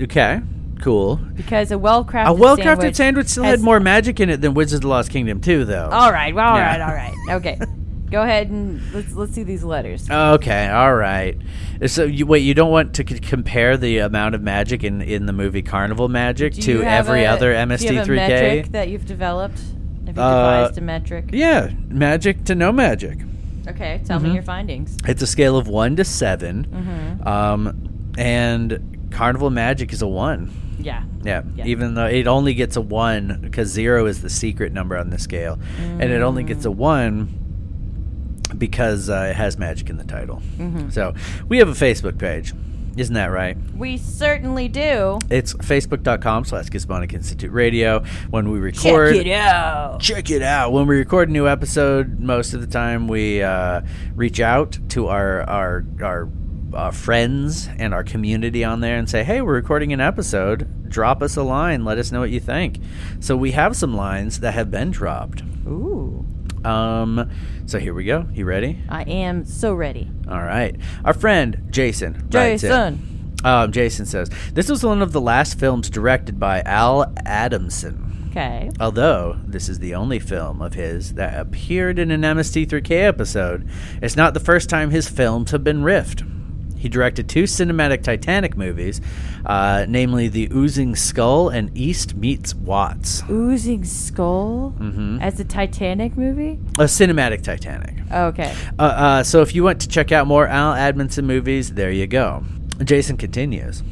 Speaker 5: okay cool
Speaker 4: because a well-crafted
Speaker 5: A well-crafted
Speaker 4: sandwich,
Speaker 5: sandwich still
Speaker 4: has-
Speaker 5: had more magic in it than Wizards of the Lost Kingdom too, though.
Speaker 4: All right. Well, all
Speaker 5: Yeah.
Speaker 4: right. All right. Okay. Go ahead and let's let's see these letters.
Speaker 5: Uh, Okay, all right. So you, wait, you don't want to c- compare the amount of magic in in the movie Carnival Magic
Speaker 4: Do
Speaker 5: to
Speaker 4: you have
Speaker 5: every
Speaker 4: a-
Speaker 5: other
Speaker 4: do you have a metric
Speaker 5: MST3K?
Speaker 4: that you've developed? Have you
Speaker 5: Uh,
Speaker 4: devised a metric?
Speaker 5: Yeah, Mm-hmm. magic to no magic.
Speaker 4: Okay, tell me your findings.
Speaker 5: It's a scale of one to 7 um, and Carnival Magic is a one.
Speaker 4: Yeah.
Speaker 5: Yeah,
Speaker 4: Yeah.
Speaker 5: even though it only gets a one because zero is the secret number on the scale, and it only gets a one because uh, it has magic in the title. So we have a Facebook page, isn't that right?
Speaker 4: We certainly do.
Speaker 5: It's facebook.com slash Gizmonic Institute Radio. When we record, check it out. Check it out. When we record a new episode, most of the time we uh, reach out to our our our uh, friends and our community on there and say, "Hey, we're recording an episode. Drop us a line. Let us know what you think." So we have some lines that have been dropped.
Speaker 4: Ooh.
Speaker 5: Um, so here we go. You ready?
Speaker 4: I am so ready.
Speaker 5: All right. Our friend Jason. writes in.
Speaker 4: Jason.
Speaker 5: Um, Jason says this was one of the last films directed by Al Adamson.
Speaker 4: Okay.
Speaker 5: Although this is the only film of his that appeared in an MST3K episode, it's not the first time his films have been riffed. He directed two cinematic Titanic movies, uh, namely The Oozing Skull and East Meets Watts,
Speaker 4: Oozing Skull
Speaker 5: Mm-hmm.
Speaker 4: as the Titanic movie?
Speaker 5: a cinematic Titanic.
Speaker 4: Okay.
Speaker 5: Uh, uh, so if you want to check out more Al Admonson movies, there you go. Jason continues.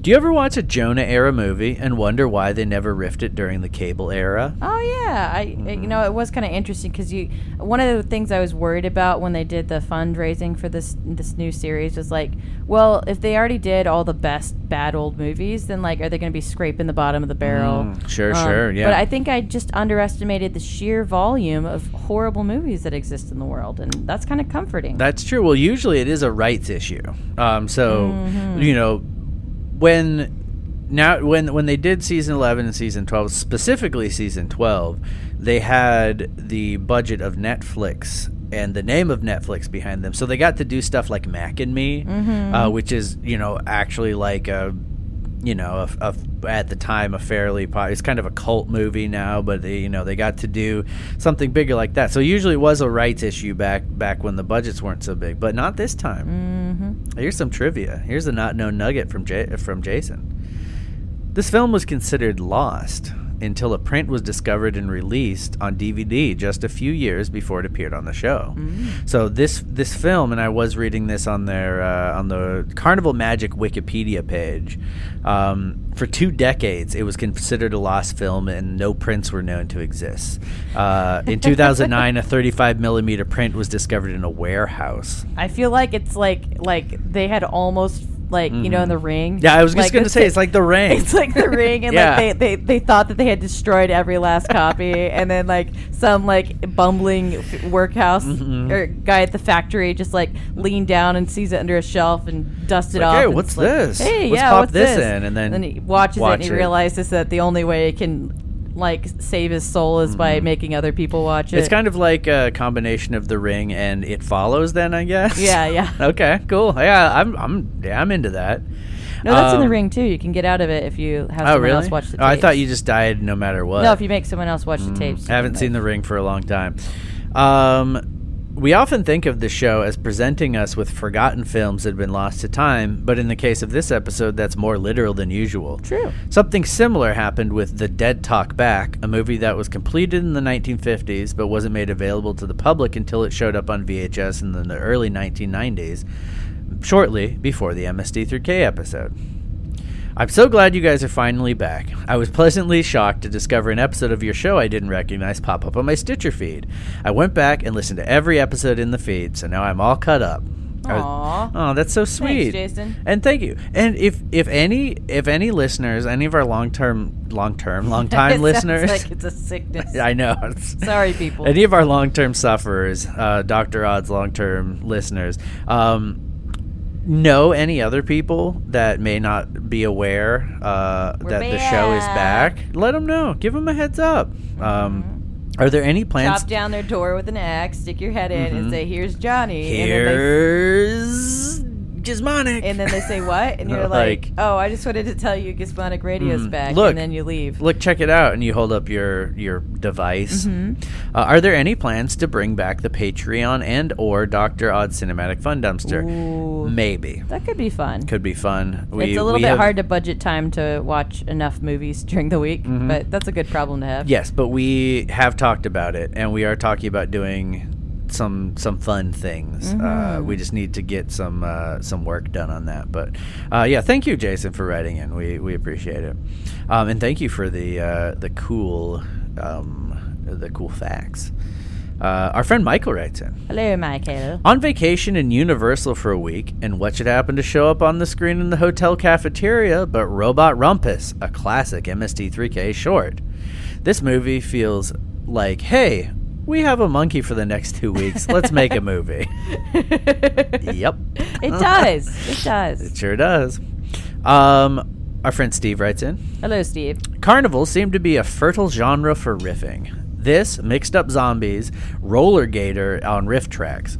Speaker 5: Do you ever watch a Jonah era movie and wonder why they never riffed it during the cable era?
Speaker 4: Oh yeah, I
Speaker 5: Mm-hmm.
Speaker 4: you know it was kind of interesting because you one of the things I was worried about when they did the fundraising for this this new series was like, well, if they already did all the best bad old movies, then like, are they going to be scraping the bottom of the barrel?
Speaker 5: Hmm, Sure,
Speaker 4: Um,
Speaker 5: Mm, sure, yeah.
Speaker 4: But I think I just underestimated the sheer volume of horrible movies that exist in the world, and that's kind of comforting.
Speaker 5: That's true. Well, usually it is a rights issue. Um, so you know when now when when they did season 11 and season 12 specifically season 12 they had the budget of netflix and the name of netflix behind them so they got to do stuff like mac and me uh, which is you know actually like a you know, a, a- at the time, a fairly po- it's kind of a cult movie now, but they, you know they got to do something bigger like that. So usually it was a rights issue back back when the budgets weren't so big, but not this time. Mm-hmm. Here's some trivia. Here's a not known nugget from J- from Jason. This film was considered lost until a print was discovered and released on DVD just a few years before it appeared on the show. So this this film, and I was reading this on their uh, on the Carnival Magic Wikipedia page. Um, for two decades, it was considered a lost film, and no prints were known to exist. Uh, in 2009, a 35 millimeter print was discovered in a warehouse.
Speaker 4: I feel like it's like like they had almost like you know in the ring.
Speaker 5: Mm-hmm. Yeah, I was just
Speaker 4: Like,
Speaker 5: going to
Speaker 4: it's
Speaker 5: say it's like the ring.
Speaker 4: It's like the ring, and
Speaker 5: Yeah.
Speaker 4: like they, they, they thought that they had destroyed every last copy, and then like some like bumbling f- workhouse
Speaker 5: Mm-hmm.
Speaker 4: or guy at the factory just like leaned down and sees it under a shelf and dusts it
Speaker 5: Like,
Speaker 4: off.
Speaker 5: "Hey,
Speaker 4: and
Speaker 5: what's
Speaker 4: it's like,
Speaker 5: this?
Speaker 4: Hey,
Speaker 5: Let's
Speaker 4: yeah,
Speaker 5: pop
Speaker 4: what's
Speaker 5: this
Speaker 4: this?
Speaker 5: in," and then
Speaker 4: then he watches it
Speaker 5: watch
Speaker 4: and he
Speaker 5: it.
Speaker 4: realizes that the only way it can like save his soul is by making other people watch it.
Speaker 5: Mm-hmm. It's kind of like a combination of The Ring and It Follows. Then I guess.
Speaker 4: Yeah, yeah.
Speaker 5: okay, cool. Yeah, I'm, I'm, yeah, I'm into that.
Speaker 4: no, that's in the
Speaker 5: um,
Speaker 4: ring too. You can get out of it if you have
Speaker 5: Oh,
Speaker 4: someone
Speaker 5: really?
Speaker 4: else watch the.
Speaker 5: oh, I thought
Speaker 4: tapes.
Speaker 5: you just died no matter what.
Speaker 4: No, if you make someone else watch the tapes.
Speaker 5: I haven't seen The Ring for a long time. Um, we often think of the show as presenting us with forgotten films that have been lost to time, but in the case of this episode, that's more literal than usual.
Speaker 4: True.
Speaker 5: Something similar happened with The Dead Talk Back, a movie that was completed in the 1950s but wasn't made available to the public until it showed up on VHS in the- the early 1990s, shortly before the MSD3K episode. I'm so glad you guys are finally back. I was pleasantly shocked to discover an episode of your show I didn't recognize pop up on my Stitcher feed. I went back and listened to every episode in the feed, so now I'm all cut up.
Speaker 4: Aw.
Speaker 5: Oh, that's so sweet,
Speaker 4: Jason.
Speaker 5: And thank you. And if if any if any listeners, any of our long term, long term, long time
Speaker 4: It sounds
Speaker 5: listeners,
Speaker 4: like it's a sickness.
Speaker 5: I know.
Speaker 4: Sorry, people.
Speaker 5: Any of our long term sufferers, uh, Dr. Odd's long term listeners, um, know any other people that may not be aware uh, that the show is
Speaker 4: back.
Speaker 5: back? Let them know. Give them a heads up. Um, are there any plans?
Speaker 4: Chop down their door with an axe, stick your head in,
Speaker 5: Mm-hmm.
Speaker 4: and say, "Here's Johnny."
Speaker 5: Here's Gizmonic.
Speaker 4: And then, they, and then they say, "What?" And you're
Speaker 5: Like- Mm-hmm.
Speaker 4: like, "Oh, I just wanted to tell you, Gizmonic Radio's back."
Speaker 5: Look.
Speaker 4: and then you leave.
Speaker 5: Look, check it out, and you hold up your your device.
Speaker 4: Mm-hmm.
Speaker 5: Uh, are there any plans to bring back the Patreon and or Doctor Odd Cinematic Fun Dumpster?
Speaker 4: Ooh.
Speaker 5: Maybe
Speaker 4: That could be fun.
Speaker 5: could be fun. We,
Speaker 4: it's a little
Speaker 5: we
Speaker 4: bit
Speaker 5: have-
Speaker 4: hard to budget time to watch enough movies during the week,
Speaker 5: Mm-hmm.
Speaker 4: but that's a good problem to have.
Speaker 5: Yes, but we have talked about it, and we are talking about doing some some fun things. Uh,
Speaker 4: Mm-hmm.
Speaker 5: we just need to get some uh, some work done on that. But uh, yeah, thank you, Jason, for writing in. We we appreciate it, um, and thank you for the uh, the cool um, the cool facts. Uh, our friend Michael writes in.
Speaker 4: Hello, Michael.
Speaker 5: On vacation in Universal for a week, and what should happen to show up on the screen in the hotel cafeteria but Robot Rumpus, a classic MST3K short. This movie feels like, hey, we have a monkey for the next two weeks. Let's make a movie. yep.
Speaker 4: It does. It does.
Speaker 5: It sure does. Um, our friend Steve writes in.
Speaker 4: Hello, Steve.
Speaker 5: Carnival seemed to be a fertile genre for riffing. This, mixed up zombies, roller gator on riff tracks,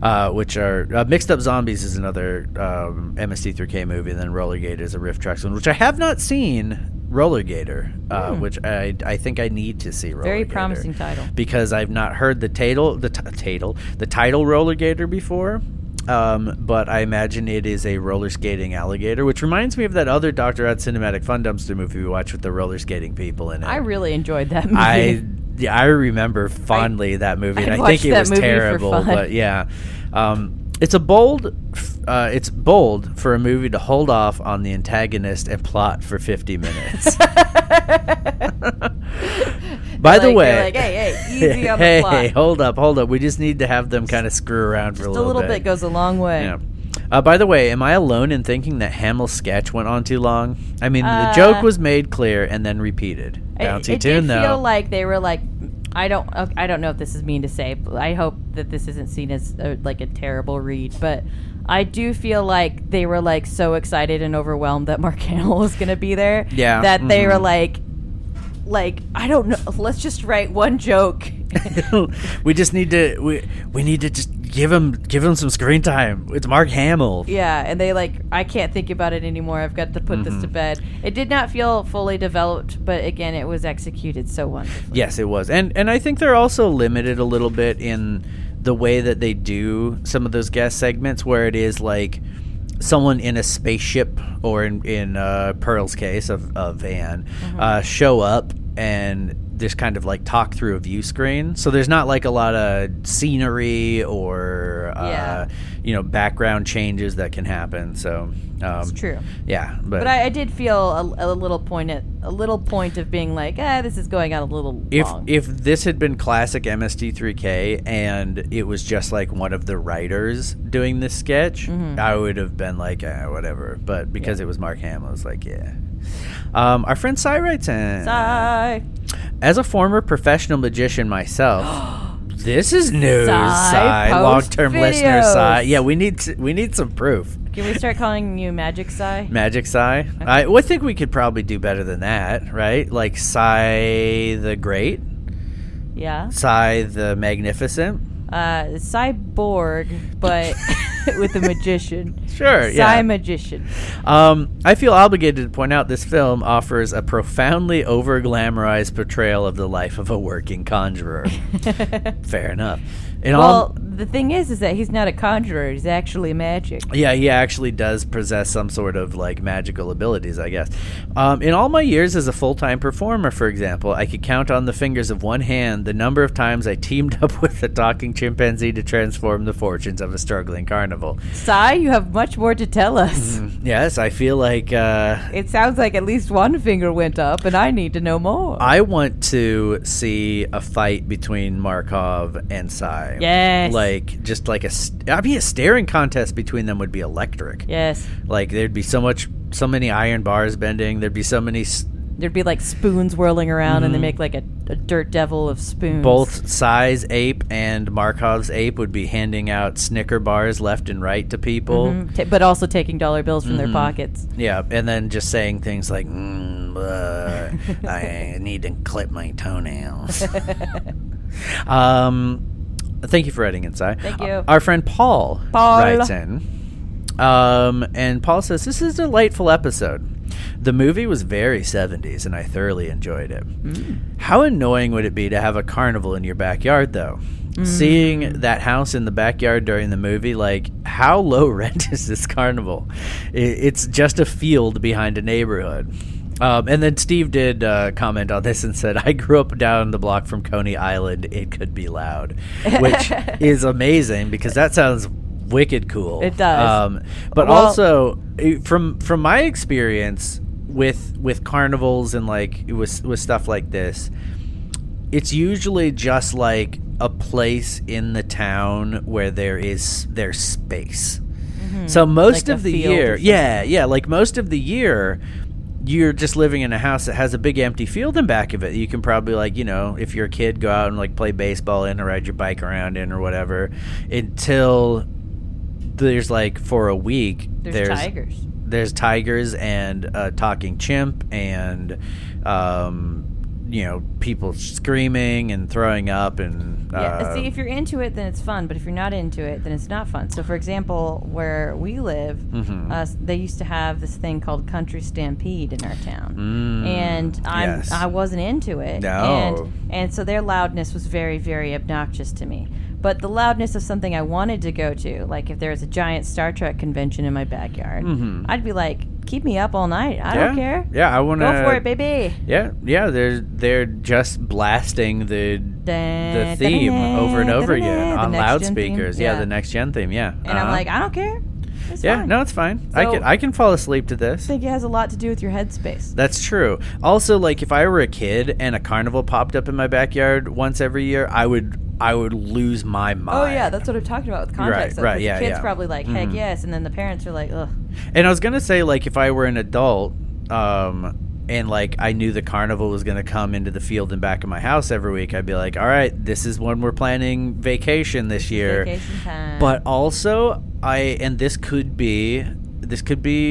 Speaker 5: uh, which are uh, mixed up zombies is another um, MST3K movie, and then roller gator is a riff tracks one, which I have not seen. Roller Gator, uh, which I, I think I need to see. Roller
Speaker 4: Hmm. Very
Speaker 5: Gator
Speaker 4: promising title.
Speaker 5: because I've not heard the title the t- title the title roller gator before. Um, but I imagine it is a roller skating alligator, which reminds me of that other Doctor Odd cinematic fun dumpster movie we watched with the roller skating people in it.
Speaker 4: I really enjoyed that movie.
Speaker 5: I yeah, I remember fondly that movie, and
Speaker 4: I
Speaker 5: I think
Speaker 4: watched
Speaker 5: it
Speaker 4: that
Speaker 5: was
Speaker 4: movie for
Speaker 5: terrible,
Speaker 4: fun.
Speaker 5: but yeah. Um, It's a bold, f- uh, it's bold for a movie to hold off on the antagonist and plot for 50 minutes. By
Speaker 4: Like,
Speaker 5: the
Speaker 4: you're
Speaker 5: way,
Speaker 4: like, hey, hey, easy on the
Speaker 5: hey,
Speaker 4: plot.
Speaker 5: hey, hold up, hold up. We just need to have them kind of screw around for a
Speaker 4: Just a
Speaker 5: little,
Speaker 4: little bit. goes a long way.
Speaker 5: Yeah. Uh, by the way, am I alone in thinking that Hamill's sketch went on too long? I mean,
Speaker 4: Uh,
Speaker 5: the joke was made clear and then repeated. Bouncy
Speaker 4: it, it
Speaker 5: tune,
Speaker 4: did
Speaker 5: though.
Speaker 4: feel like they were like, I don't, okay, I don't know if this is mean to say. But I hope that this isn't seen as a, like a terrible read, but I do feel like they were like so excited and overwhelmed that Mark Hamill was going to be there.
Speaker 5: Yeah,
Speaker 4: that they were
Speaker 5: mhm.
Speaker 4: like, like I don't know. Let's just write one joke.
Speaker 5: we just need to we we need to just give him give him some screen time. It's Mark Hamill.
Speaker 4: Yeah, and they like I can't think about it anymore. I've got to put this to bed. It did not feel fully developed, but again, it was executed so wonderfully.
Speaker 5: Yes, it was, and and I think they're also limited a little bit in the way that they do some of those guest segments, where it is like someone in a spaceship, or in in uh, Pearl's case of a van,
Speaker 4: Mm-hmm.
Speaker 5: uh, show up and just kind of like talk through a view screen. So there's not like a lot of scenery or uh,
Speaker 4: Yeah.
Speaker 5: you know background changes that can happen. So um,
Speaker 4: It's true.
Speaker 5: Yeah, but,
Speaker 4: But I, I did feel a, a little point at a little point of being like, ah, this is going on a little
Speaker 5: if
Speaker 4: long.
Speaker 5: if this had been classic MST3K and it was just like one of the writers doing this sketch,
Speaker 4: Mm-hmm.
Speaker 5: I would have been like, eh, whatever. But because it was Mark Hamill, I was like, yeah. Um, our friend Cy writes in,
Speaker 4: Sigh.
Speaker 5: as a former professional magician myself. This is news,
Speaker 4: Cy,
Speaker 5: Cy,
Speaker 4: post
Speaker 5: long-term listener,
Speaker 4: videos.
Speaker 5: Cy. Yeah, we need to, we need some proof.
Speaker 4: Can we start calling you Magic Sigh?
Speaker 5: Magic Psy. I, I think we could probably do better than that, right? Like Psy the Great,
Speaker 4: Yeah.
Speaker 5: Psy the Magnificent.
Speaker 4: Uh, cyborg, but with a magician.
Speaker 5: Sure,
Speaker 4: Psy
Speaker 5: yeah.
Speaker 4: magician.
Speaker 5: Um, I feel obligated to point out this film offers a profoundly over glamorized portrayal of the life of a working conjurer. Fair enough. In
Speaker 4: Well,
Speaker 5: all,
Speaker 4: the thing is, is that he's not a conjurer. He's actually magic.
Speaker 5: yeah, he actually does possess some sort of like magical abilities, I guess. Um, in all my years as a full time performer, for example, I could count on the fingers of one hand the number of times I teamed up with a talking chimpanzee to transform the fortunes of a struggling carnival. Mm-hmm.
Speaker 4: Sigh, you have much more to tell us.
Speaker 5: Yes, I feel like. Uh,
Speaker 4: It sounds like at least one finger went up, and I need to know more.
Speaker 5: I want to see a fight between Markov and Sai.
Speaker 4: Yes.
Speaker 5: Like just like a st- I mean a staring contest between them would be electric.
Speaker 4: yes.
Speaker 5: Like there'd be so much so many iron bars bending, there'd be so many s-
Speaker 4: There'd be like spoons whirling around, and they make like a, a dirt devil of spoons.
Speaker 5: Mm-hmm. both Sai's ape and Markov's ape would be handing out snicker bars left and right to people.
Speaker 4: Mm-hmm. Ta- but also taking dollar bills from their
Speaker 5: Mm-hmm.
Speaker 4: pockets.
Speaker 5: Yeah, and then just saying things like, mm, uh, "I need to clip my toenails." um, thank you for writing inside.
Speaker 4: Thank you.
Speaker 5: Our friend Paul,
Speaker 4: Paul.
Speaker 5: writes in, um, and Paul says, "This is a delightful episode. The movie was very '70s, and I thoroughly enjoyed it. How annoying would it be to have a carnival in your backyard, though?"
Speaker 4: Mm.
Speaker 5: Seeing that house in the backyard during the movie, like, how low rent is this carnival? I- It's just a field behind a neighborhood. Um, and then Steve did uh, comment on this and said, I grew up down the block from Coney Island. It could be loud, which is amazing because that sounds wicked cool.
Speaker 4: It does.
Speaker 5: Um, but
Speaker 4: Well-
Speaker 5: also, eh, from from my experience with with carnivals and like with with stuff like this, it's usually just like a place in the town where there is there's space. So most
Speaker 4: Mm-hmm. Like a
Speaker 5: of the
Speaker 4: field or
Speaker 5: year,
Speaker 4: something.
Speaker 5: yeah, yeah, like most of the year, you're just living in a house that has a big empty field in back of it. You can probably like you know if you're a kid, go out and like play baseball in or ride your bike around in or whatever until there's like for a week
Speaker 4: There's, tigers.
Speaker 5: there's tigers and a talking chimp and um, you know people screaming and throwing up and
Speaker 4: yeah.
Speaker 5: uh,
Speaker 4: See, if you're into it, then it's fun. But if you're not into it, then it's not fun. So, for example, where we live,
Speaker 5: Mm-hmm.
Speaker 4: uh, s- they used to have this thing called Country Stampede in our town,
Speaker 5: Mm.
Speaker 4: and I
Speaker 5: yes.
Speaker 4: I wasn't into it.
Speaker 5: No.
Speaker 4: And, and so their loudness was very, very obnoxious to me. but the loudness of something I wanted to go to, like if there was a giant Star Trek convention in my backyard, I'd be like, keep me up all night. I don't
Speaker 5: Mm-hmm. Yeah.
Speaker 4: care.
Speaker 5: Yeah, I want to
Speaker 4: Go for it, baby.
Speaker 5: Yeah, yeah, they're they're just blasting the
Speaker 4: Da-
Speaker 5: the theme
Speaker 4: da-da-da,
Speaker 5: over and over again
Speaker 4: da-da-da,
Speaker 5: on
Speaker 4: the next gen
Speaker 5: loudspeakers.
Speaker 4: theme,
Speaker 5: Yeah.
Speaker 4: yeah.
Speaker 5: the next gen theme. Yeah,
Speaker 4: And I'm like, I don't care. It's
Speaker 5: yeah,
Speaker 4: fine.
Speaker 5: no, it's fine. I
Speaker 4: So-
Speaker 5: can I can fall asleep to
Speaker 4: I
Speaker 5: this.
Speaker 4: think it has a lot to do with your headspace.
Speaker 5: That's true. Also, like if I were a kid and a carnival popped up in my backyard once every year, I would I would lose my mind.
Speaker 4: Oh yeah, that's what I'm talking about with context.
Speaker 5: Right,
Speaker 4: though,
Speaker 5: right,
Speaker 4: 'cause the
Speaker 5: yeah,
Speaker 4: kid's
Speaker 5: yeah. Mm-hmm.
Speaker 4: probably like, heck yes, and then the parents are like, ugh.
Speaker 5: And I was gonna say, like, if I were an adult, um, and like I knew the carnival was gonna come into the field and back of my house every week, I'd be like, all right, this is when we're planning vacation this year.
Speaker 4: Vacation time.
Speaker 5: But also, I and this could be this could be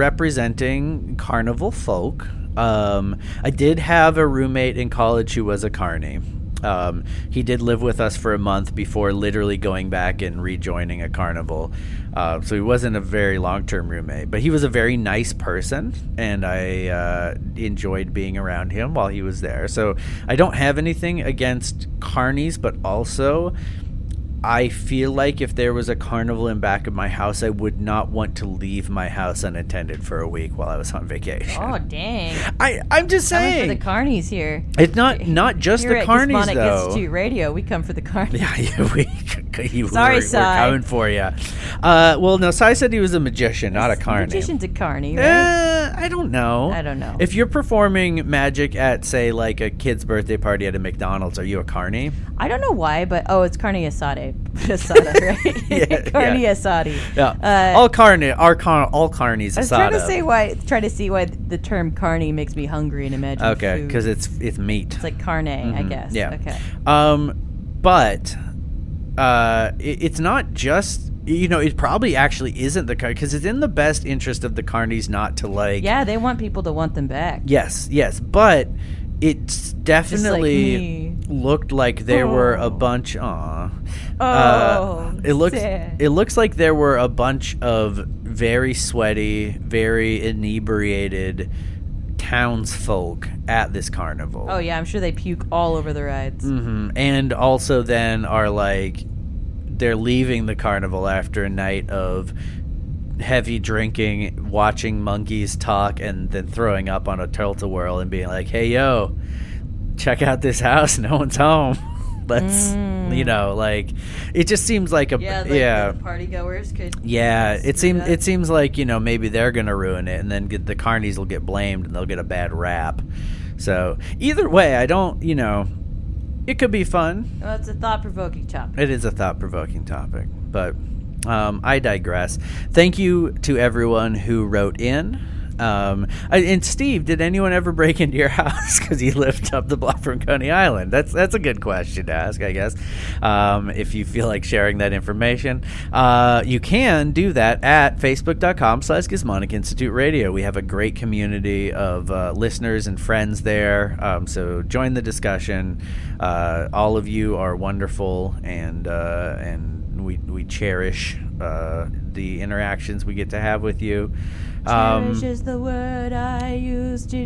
Speaker 5: misrepresenting carnival folk. Um, I did have a roommate in college who was a carny. Um, he did live with us for a month before literally going back and rejoining a carnival. Uh, so he wasn't a very long term roommate, but he was a very nice person, and I uh, enjoyed being around him while he was there. So I don't have anything against carnies, but also I feel like if there was a carnival in back of my house, I would not want to leave my house unattended for a week while I was on vacation.
Speaker 4: oh dang,
Speaker 5: I, I'm just
Speaker 4: coming for
Speaker 5: saying,
Speaker 4: the carnies here.
Speaker 5: it's not not just
Speaker 4: Here
Speaker 5: the
Speaker 4: at
Speaker 5: carnies
Speaker 4: Gizmonic
Speaker 5: though.
Speaker 4: Institute Radio, we come for the carnies.
Speaker 5: Yeah, yeah, we, you
Speaker 4: Sorry,
Speaker 5: we're,
Speaker 4: Sai.
Speaker 5: we're coming for you. Uh, well, no, Sai said he was a magician, not a carny.
Speaker 4: Magician's a carny, right?
Speaker 5: Uh, I don't know.
Speaker 4: I don't know.
Speaker 5: If you're performing magic at, say, like a kid's birthday party at a McDonald's, are you a carny?
Speaker 4: I don't know why, but oh, it's carne asada, asada, right?
Speaker 5: Yeah,
Speaker 4: carne
Speaker 5: yeah.
Speaker 4: asada.
Speaker 5: Yeah.
Speaker 4: Uh,
Speaker 5: all carny, our car, all carnies.
Speaker 4: I was
Speaker 5: asada.
Speaker 4: trying to say why, trying to see why the term carne makes me hungry and imagine.
Speaker 5: Okay,
Speaker 4: food.
Speaker 5: because it's it's meat.
Speaker 4: it's like carne, I guess.
Speaker 5: Yeah.
Speaker 4: Okay.
Speaker 5: Um, but uh, it, it's not just you know it probably actually isn't the car because it's in the best interest of the carnies not to like.
Speaker 4: Yeah, they want people to want them back.
Speaker 5: Yes. Yes. But it's definitely
Speaker 4: me.
Speaker 5: looked like there were a
Speaker 4: Oh.
Speaker 5: bunch. Aw. Uh,
Speaker 4: Oh,
Speaker 5: it looks
Speaker 4: sad.
Speaker 5: it looks like there were a bunch of very sweaty, very inebriated townsfolk at this carnival.
Speaker 4: Oh yeah, I'm sure they puke all over the rides.
Speaker 5: Mhm. And also then are like they're leaving the carnival after a night of heavy drinking, watching monkeys talk and then throwing up on a turtle whirl and being like, "Hey yo, check out this house. No one's home." Let's you know, like it just seems like a
Speaker 4: Mm. Yeah, like
Speaker 5: yeah.
Speaker 4: the party goers could.
Speaker 5: Yeah, it seems
Speaker 4: that.
Speaker 5: it seems like you know maybe they're gonna ruin it, and then get, the carnies will get blamed, and they'll get a bad rap. So either way, I don't you know, it could be fun.
Speaker 4: Well, it's a thought-provoking topic.
Speaker 5: It is a thought provoking topic, but um, I digress. Thank you to everyone who wrote in. Um, I- and Steve, did anyone ever break into your house because you lived up the block from Coney Island? That's that's a good question to ask, I guess. Um, if you feel like sharing that information, uh, you can do that at facebook.com slash Gizmonic Institute Radio. We have a great community of uh, listeners and friends there. Um, so join the discussion. Uh, all of you are wonderful, and uh, and we we cherish uh, the interactions we get to have with you. um,
Speaker 4: Cherish is the word I use to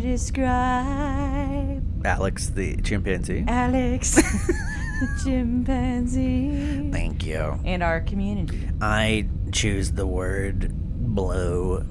Speaker 4: describe
Speaker 5: Alex the chimpanzee.
Speaker 4: Alex, the chimpanzee,
Speaker 5: Thank you.
Speaker 4: and our community.
Speaker 5: I choose the word blue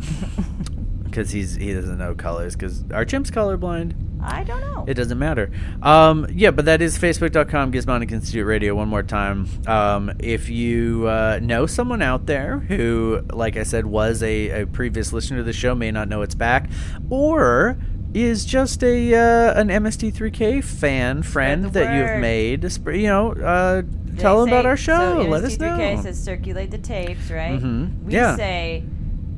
Speaker 5: because he's he doesn't know colors because our chimp's colorblind.
Speaker 4: I don't know.
Speaker 5: It doesn't matter. Um, yeah, but that is facebook.com Gizmonic Institute Radio one more time. Um, if you uh, know someone out there who, like I said, was a, a previous listener to the show, may not know it's back, or is just a uh, an MST3K fan friend
Speaker 4: the
Speaker 5: that you've
Speaker 4: word.
Speaker 5: made, sp- you know, uh, tell them
Speaker 4: They
Speaker 5: about
Speaker 4: say-
Speaker 5: our show.
Speaker 4: So
Speaker 5: Let us know.
Speaker 4: MST3K says circulate the tapes, right?
Speaker 5: Mhm.
Speaker 4: We
Speaker 5: Yeah.
Speaker 4: say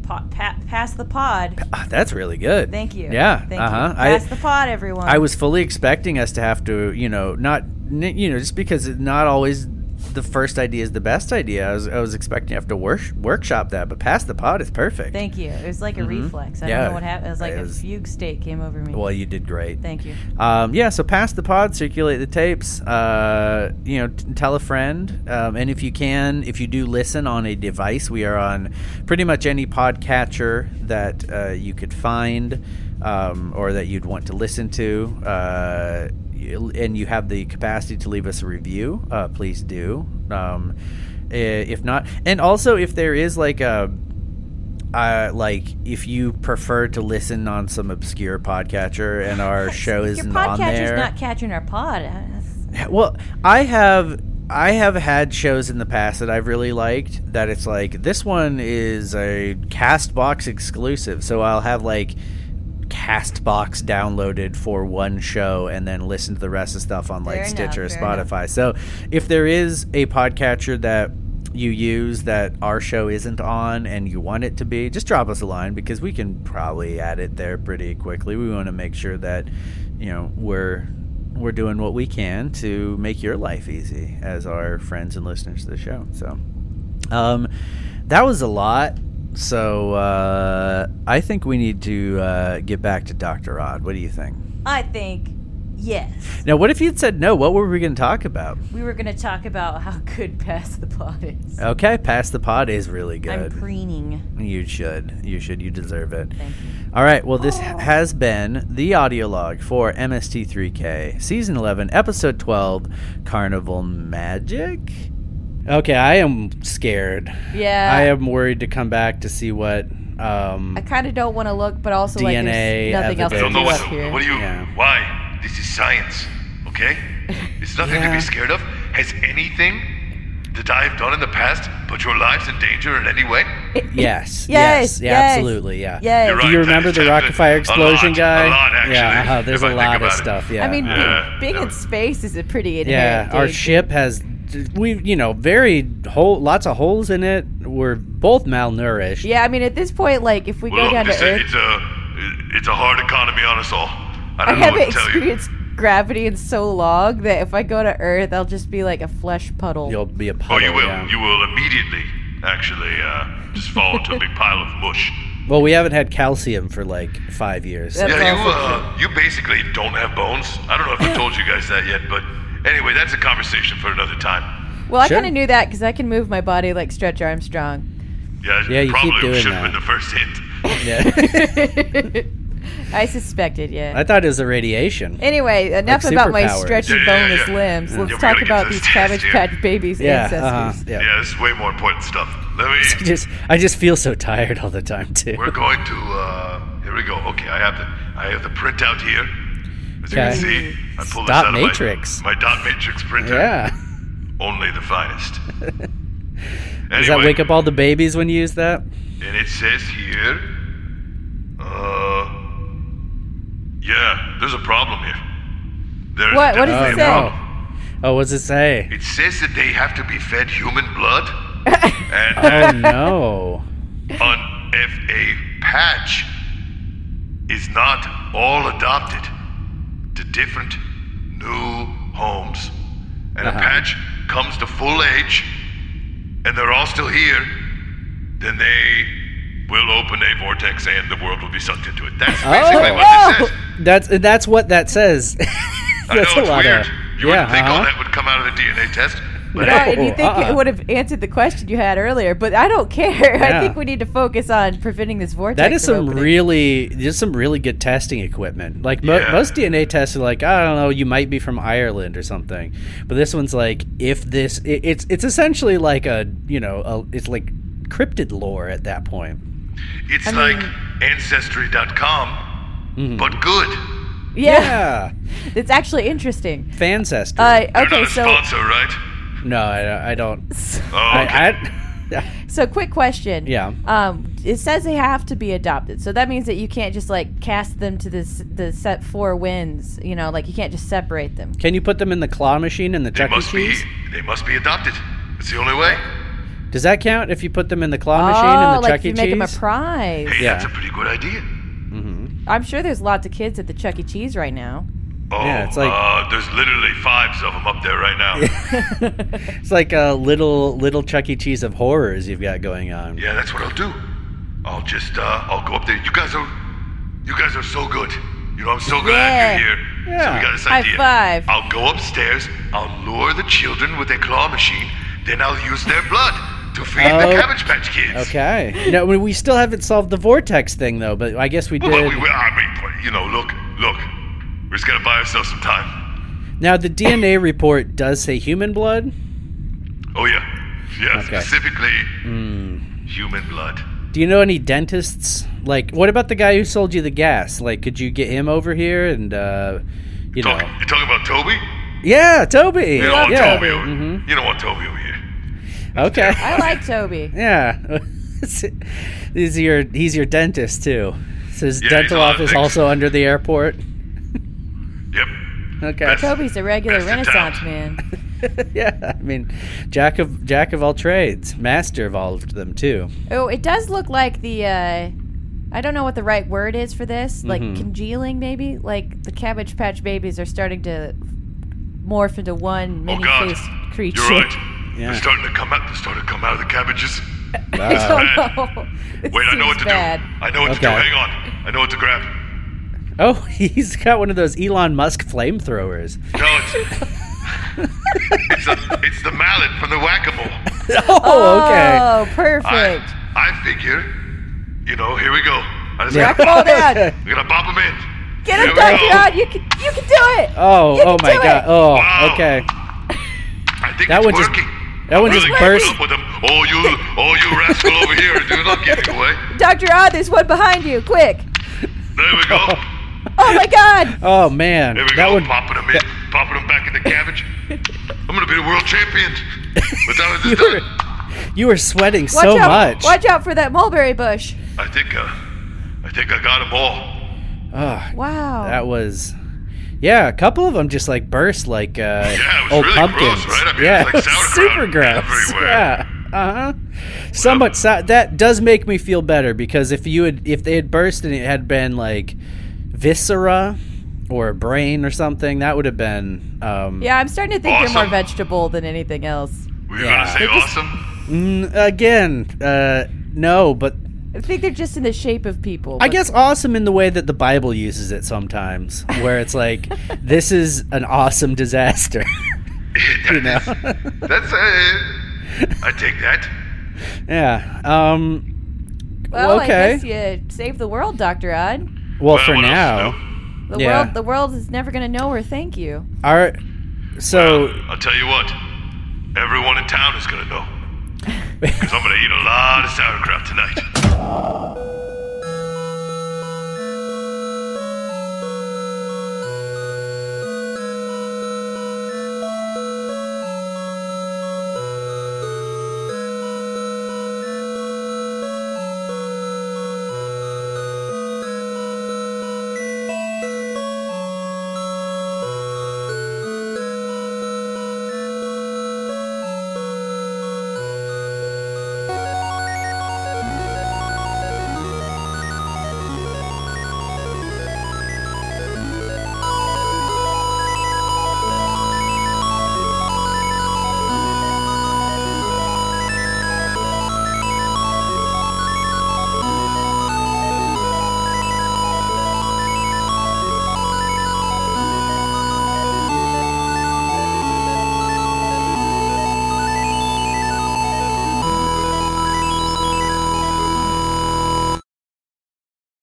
Speaker 4: po- pa- pass the pod.
Speaker 5: Ah, that's really good.
Speaker 4: Thank you.
Speaker 5: Yeah.
Speaker 4: Thank
Speaker 5: uh-huh.
Speaker 4: you.
Speaker 5: I-
Speaker 4: Pass the pod, everyone.
Speaker 5: I was fully expecting us to have to, you know, not, n- you know, just because it's not always the first idea is the best idea. I was, I was expecting to have to wor- workshop that, but past the pot is perfect.
Speaker 4: Thank you. It was like a reflex. I
Speaker 5: Mm-hmm. Yeah.
Speaker 4: don't know what happened. It was like
Speaker 5: It
Speaker 4: a
Speaker 5: was-
Speaker 4: fugue state came over me.
Speaker 5: well, you did great.
Speaker 4: Thank you.
Speaker 5: Um, yeah, so pass the pod, circulate the tapes. Uh, you know, t- tell a friend, um, and if you can, if you do listen on a device, we are on pretty much any podcatcher that uh, you could find um, or that you'd want to listen to. Uh,
Speaker 7: and you have the capacity to leave us a review, uh, please do. Um, i- if not, and also if there is like a uh, like if you prefer to listen on some obscure podcatcher and our show
Speaker 4: Your
Speaker 7: isn't on
Speaker 4: podcatcher's
Speaker 7: there,
Speaker 4: not catching our pod. Uh, That's-
Speaker 7: well, I have I have had shows in the past that I've really liked that it's like this one is a Castbox exclusive. So I'll have like Castbox downloaded for one show and then listen to the rest of stuff on like
Speaker 4: Fair enough,
Speaker 7: Stitcher or
Speaker 4: fair
Speaker 7: Spotify. So if there is a podcatcher that you use that our show isn't on and you want it to be, just drop us a line because we can probably add it there pretty quickly. We want to make sure that, you know, we're we're doing what we can to make your life easy as our friends and listeners to the show. So um that was a lot. So uh I think we need to uh get back to Dr. Odd. What do you think?
Speaker 4: I think yes.
Speaker 7: Now what if you'd said no? What were we gonna talk about?
Speaker 4: We were gonna talk about how good Pass the Pod
Speaker 5: Oh,
Speaker 4: is.
Speaker 7: Okay, pass the pod is really
Speaker 4: I'm
Speaker 7: good.
Speaker 4: preening.
Speaker 7: you should. You should. You deserve it.
Speaker 4: Thank you. Oh.
Speaker 7: All right. Well, this has been the audio log for MST3K, season 11, episode 12, Carnival Magic.
Speaker 5: Okay, I am scared.
Speaker 4: Yeah.
Speaker 5: I am worried to come back to see what. Um,
Speaker 4: I kind of don't want to look, but also like there's
Speaker 5: DNA
Speaker 4: nothing else
Speaker 5: evidence.
Speaker 3: I
Speaker 4: to
Speaker 3: don't know
Speaker 4: do
Speaker 3: what,
Speaker 4: up here.
Speaker 3: what do you.
Speaker 5: Yeah.
Speaker 3: Why? This is science, okay? It's nothing to
Speaker 5: Yeah.
Speaker 3: be scared of. Has anything that I have done in the past put your lives in danger in any way?
Speaker 5: yes, yes.
Speaker 4: Yes,
Speaker 5: Yeah.
Speaker 4: yes.
Speaker 5: Absolutely. Yeah.
Speaker 4: Yay.
Speaker 3: You're
Speaker 5: Do you
Speaker 3: Right, that
Speaker 5: remember
Speaker 3: is
Speaker 5: the
Speaker 3: happening.
Speaker 5: rocket fire
Speaker 3: A
Speaker 5: explosion
Speaker 3: lot,
Speaker 5: guy?
Speaker 3: a lot, actually,
Speaker 5: yeah. uh-huh,
Speaker 3: if
Speaker 5: There's a
Speaker 3: I think
Speaker 5: lot of
Speaker 3: about it.
Speaker 5: stuff. Yeah.
Speaker 4: I mean, being-
Speaker 3: Yeah.
Speaker 4: being,
Speaker 3: Yeah.
Speaker 4: in space is a pretty
Speaker 5: Yeah,
Speaker 4: inherent
Speaker 5: our
Speaker 4: danger.
Speaker 5: ship has we you know very hole lots of holes in it. We're both malnourished.
Speaker 4: Yeah, I mean, at this point, like, if we
Speaker 3: Well,
Speaker 4: go down
Speaker 3: look,
Speaker 4: to
Speaker 3: this,
Speaker 4: Earth,
Speaker 3: it's a it's a hard economy on us all. I
Speaker 4: I
Speaker 3: don't know
Speaker 4: haven't
Speaker 3: what to tell you.
Speaker 4: experienced gravity in so long that if I go to Earth, I'll just be like a flesh puddle.
Speaker 5: You'll be a puddle.
Speaker 3: Oh, you will.
Speaker 5: yeah.
Speaker 3: You will immediately, actually, uh, just fall into a big pile of mush.
Speaker 5: Well, we haven't had calcium for like five years.
Speaker 4: That's
Speaker 3: yeah, you
Speaker 4: awful.
Speaker 3: uh, you basically don't have bones. I don't know if I told you guys that yet, but anyway, that's a conversation for another time.
Speaker 4: well, I
Speaker 5: Sure.
Speaker 4: kind of knew that because I can move my body like Stretch Armstrong.
Speaker 3: Yeah,
Speaker 5: Yeah, you keep
Speaker 3: probably
Speaker 5: doing
Speaker 3: should have
Speaker 5: that.
Speaker 3: been the first hint.
Speaker 5: Yeah.
Speaker 4: I suspected, yeah.
Speaker 5: I thought it was the radiation.
Speaker 4: Anyway, enough
Speaker 5: Like
Speaker 4: about my
Speaker 5: superpowers.
Speaker 4: stretchy,
Speaker 3: Yeah, yeah, yeah.
Speaker 4: boneless limbs.
Speaker 3: Yeah,
Speaker 4: Let's
Speaker 3: we
Speaker 4: talk
Speaker 3: gotta get
Speaker 4: about
Speaker 3: to
Speaker 4: these
Speaker 3: this
Speaker 4: Cabbage
Speaker 3: test,
Speaker 4: Patch babies'
Speaker 5: yeah. Uh-huh,
Speaker 4: ancestors.
Speaker 5: yeah.
Speaker 3: yeah, this is way more important stuff. Let me.
Speaker 5: Just I just feel so tired all the time too.
Speaker 3: We're going to. Uh, here we go. Okay, I have the I have the printout here. As you can
Speaker 5: Okay.
Speaker 3: see, I pulled
Speaker 5: Dot
Speaker 3: this out
Speaker 5: matrix.
Speaker 3: of my, my dot matrix printer.
Speaker 5: Yeah.
Speaker 3: Only the finest. Anyway,
Speaker 5: Does that wake up all the babies when you use that?
Speaker 3: And it says here, uh, yeah, there's a problem here. There's
Speaker 4: What- what does
Speaker 3: definitely
Speaker 4: it
Speaker 3: a
Speaker 4: say?
Speaker 3: problem.
Speaker 5: Oh, what's it say?
Speaker 3: It says that they have to be fed human blood, and
Speaker 5: Oh
Speaker 3: that
Speaker 5: no.
Speaker 3: on if a patch is not all adopted to different new homes, and
Speaker 5: Uh-huh.
Speaker 3: a patch comes to full age, and they're all still here, then they will open a vortex and the world will be sucked into it. That's
Speaker 5: Oh.
Speaker 3: basically what this says.
Speaker 5: That's that's what that says.
Speaker 3: I know
Speaker 5: that's
Speaker 3: it's
Speaker 5: a lot
Speaker 3: weird.
Speaker 5: of
Speaker 3: you
Speaker 5: yeah.
Speaker 3: wouldn't think all
Speaker 5: uh-huh.
Speaker 3: that would come out of the DNA test, but
Speaker 4: Right, and you think
Speaker 5: uh-uh.
Speaker 4: it would have answered the question you had earlier, but I don't care. I
Speaker 5: Yeah.
Speaker 4: think we need to focus on preventing this vortex.
Speaker 5: That is
Speaker 4: from
Speaker 5: some
Speaker 4: opening.
Speaker 5: really just some really good testing equipment. Like mo-
Speaker 3: Yeah.
Speaker 5: most DNA tests are like, I don't know, you might be from Ireland or something. But this one's like, if this, it, it's it's essentially like a you know, a, it's like cryptid lore at that point.
Speaker 3: it's
Speaker 4: mean-
Speaker 3: like Ancestry.com,
Speaker 5: Mm-hmm.
Speaker 3: but good.
Speaker 4: yeah.
Speaker 5: Yeah,
Speaker 4: It's actually interesting.
Speaker 5: fancestor.
Speaker 4: Uh,
Speaker 3: They're
Speaker 4: okay,
Speaker 3: not a
Speaker 4: so
Speaker 3: sponsor, right?
Speaker 5: no, I, I don't.
Speaker 3: Oh, okay.
Speaker 5: I, I,
Speaker 4: so quick question.
Speaker 5: Yeah.
Speaker 4: Um, it says they have to be adopted, so that means that you can't just like cast them to this the set four winds. You know, like you can't just separate them.
Speaker 5: can you put them in the claw machine in the
Speaker 3: they
Speaker 5: Chuck E.
Speaker 3: must be.
Speaker 5: Cheese?
Speaker 3: They must be adopted. It's the only way.
Speaker 5: Does that count if you put them in the claw machine
Speaker 4: Oh,
Speaker 5: in the
Speaker 4: like
Speaker 5: Chuck
Speaker 4: you
Speaker 5: E.
Speaker 4: make them a
Speaker 5: Cheese?
Speaker 4: prize.
Speaker 3: Hey,
Speaker 5: Yeah.
Speaker 3: that's a pretty good idea.
Speaker 4: I'm sure there's lots of kids at the Chuck E. Cheese right now.
Speaker 3: Oh,
Speaker 5: Yeah, it's like-
Speaker 3: uh, there's literally fives of them up there right now.
Speaker 5: it's like a little little Chuck E. Cheese of horrors you've got going on.
Speaker 3: yeah, that's what I'll do. I'll just, uh, I'll go up there. You guys are, you guys are so good. You know, I'm so glad you're here. So
Speaker 5: Yeah.
Speaker 3: we got this
Speaker 4: High
Speaker 3: idea.
Speaker 4: five.
Speaker 3: I'll go upstairs. I'll lure the children with a claw machine. Then I'll use their blood to feed
Speaker 5: Oh.
Speaker 3: the Cabbage Patch Kids.
Speaker 5: Okay. No, we we still haven't solved the vortex thing though, but I guess we
Speaker 3: Well,
Speaker 5: did.
Speaker 3: we, we, I mean, you know, look, look. We're just gonna buy ourselves some time.
Speaker 5: Now the DNA report does say human blood.
Speaker 3: Oh yeah, yeah.
Speaker 5: Okay. Hmm.
Speaker 3: Specifically, human blood.
Speaker 5: Do you know any dentists? Like, what about the guy who sold you the gas? Like, could you get him over here and, uh, you know?
Speaker 3: Talk, you talking about Toby?
Speaker 5: Yeah, Toby.
Speaker 3: You don't want
Speaker 5: yeah. Mm-hmm.
Speaker 3: Toby. Over, You don't want Toby over here.
Speaker 5: Okay.
Speaker 4: I like Toby.
Speaker 5: Yeah. he's your he's your dentist too. So his
Speaker 3: Yeah, he's
Speaker 5: dental
Speaker 3: on
Speaker 5: office
Speaker 3: the-
Speaker 5: also under the airport.
Speaker 3: Yep. Oh,
Speaker 5: Okay.
Speaker 3: That's-
Speaker 4: Toby's a regular
Speaker 3: Best in
Speaker 4: Renaissance
Speaker 3: town.
Speaker 4: man.
Speaker 5: yeah, I mean, jack of jack of all trades, master of all of them too.
Speaker 4: Oh, it does look like the. Uh, I don't know what the right word is for this. Like
Speaker 5: Mm-hmm.
Speaker 4: congealing, maybe. Like the Cabbage Patch Babies are starting to morph into one
Speaker 3: Oh
Speaker 4: many
Speaker 3: God.
Speaker 4: faced creature.
Speaker 3: You're right.
Speaker 5: Yeah.
Speaker 3: They're starting to come out. They're starting to come out of the cabbages.
Speaker 4: I don't know. It
Speaker 3: Wait, I know what
Speaker 4: seems
Speaker 3: to
Speaker 4: bad.
Speaker 3: do. I know what to do.
Speaker 5: Okay.
Speaker 3: Hang on. I know what to grab.
Speaker 5: Oh, he's got one of those Elon Musk flamethrowers.
Speaker 3: No, it's it's, the it's the mallet from the whack-a-mole.
Speaker 5: Oh, okay.
Speaker 4: Oh,
Speaker 3: I,
Speaker 4: perfect.
Speaker 3: I figure, you know, here we go. I just
Speaker 5: Yeah.
Speaker 4: Come on down.
Speaker 3: we're gonna pop him in.
Speaker 4: Get
Speaker 3: Here
Speaker 4: him
Speaker 3: we
Speaker 4: back
Speaker 3: go.
Speaker 4: down. You can, you can do it.
Speaker 5: Oh,
Speaker 4: You
Speaker 5: oh
Speaker 4: can
Speaker 5: my
Speaker 4: do
Speaker 5: god.
Speaker 4: it.
Speaker 5: Oh,
Speaker 3: Wow.
Speaker 5: okay.
Speaker 3: I think
Speaker 5: That
Speaker 3: it's
Speaker 5: one just-
Speaker 3: working.
Speaker 5: that one
Speaker 3: I'm
Speaker 5: just
Speaker 3: really
Speaker 5: burst.
Speaker 3: keeping Up with him. Oh, you, oh, you rascal over here! Do not give it away.
Speaker 4: Dr. Odd, there's one behind you. Quick.
Speaker 3: There we go.
Speaker 4: Oh, my God.
Speaker 5: Oh man,
Speaker 3: There we
Speaker 5: that
Speaker 3: go.
Speaker 5: would
Speaker 3: Popping him in, popping him back in the cabbage. I'm gonna be the world champion. But now this is
Speaker 5: You were-
Speaker 3: done.
Speaker 5: you were sweating
Speaker 4: Watch
Speaker 5: so
Speaker 4: out.
Speaker 5: much.
Speaker 4: Watch out for that mulberry bush.
Speaker 3: I think, uh, I think I got him all.
Speaker 5: Ugh,
Speaker 4: Wow.
Speaker 5: that was. Yeah, a couple of them just like burst like uh,
Speaker 3: Yeah, it was
Speaker 5: old
Speaker 3: really gross,
Speaker 5: pumpkins.
Speaker 3: right? I mean,
Speaker 5: yeah,
Speaker 3: it was like
Speaker 5: super
Speaker 3: sauerkraut
Speaker 5: gross.
Speaker 3: everywhere.
Speaker 5: Yeah, uh huh. Somewhat so- that does make me feel better because if you had if they had burst and it had been like viscera or a brain or something, that would have been um,
Speaker 4: Yeah, I'm starting to think you're more
Speaker 3: Awesome.
Speaker 4: vegetable than anything else.
Speaker 3: We were
Speaker 5: Yeah.
Speaker 3: gonna say
Speaker 4: It just-
Speaker 3: awesome.
Speaker 5: mm, again uh, no, but
Speaker 4: I think they're just in the shape of people.
Speaker 5: I
Speaker 4: but-
Speaker 5: guess awesome in the way that the Bible uses it sometimes, where it's like this is an awesome disaster. you know.
Speaker 3: That's uh, I take that.
Speaker 5: Yeah. Um.
Speaker 4: Well,
Speaker 5: okay.
Speaker 4: I guess you saved the world, Doctor Odd.
Speaker 5: Well,
Speaker 3: Well,
Speaker 5: for
Speaker 3: what else
Speaker 5: now,
Speaker 3: is
Speaker 4: The
Speaker 5: Yeah.
Speaker 4: world, the world is never going to know her. Thank you.
Speaker 5: our so
Speaker 3: I'll tell you what. Everyone in town is gonna know. Because I'm gonna eat a lot of sauerkraut tonight.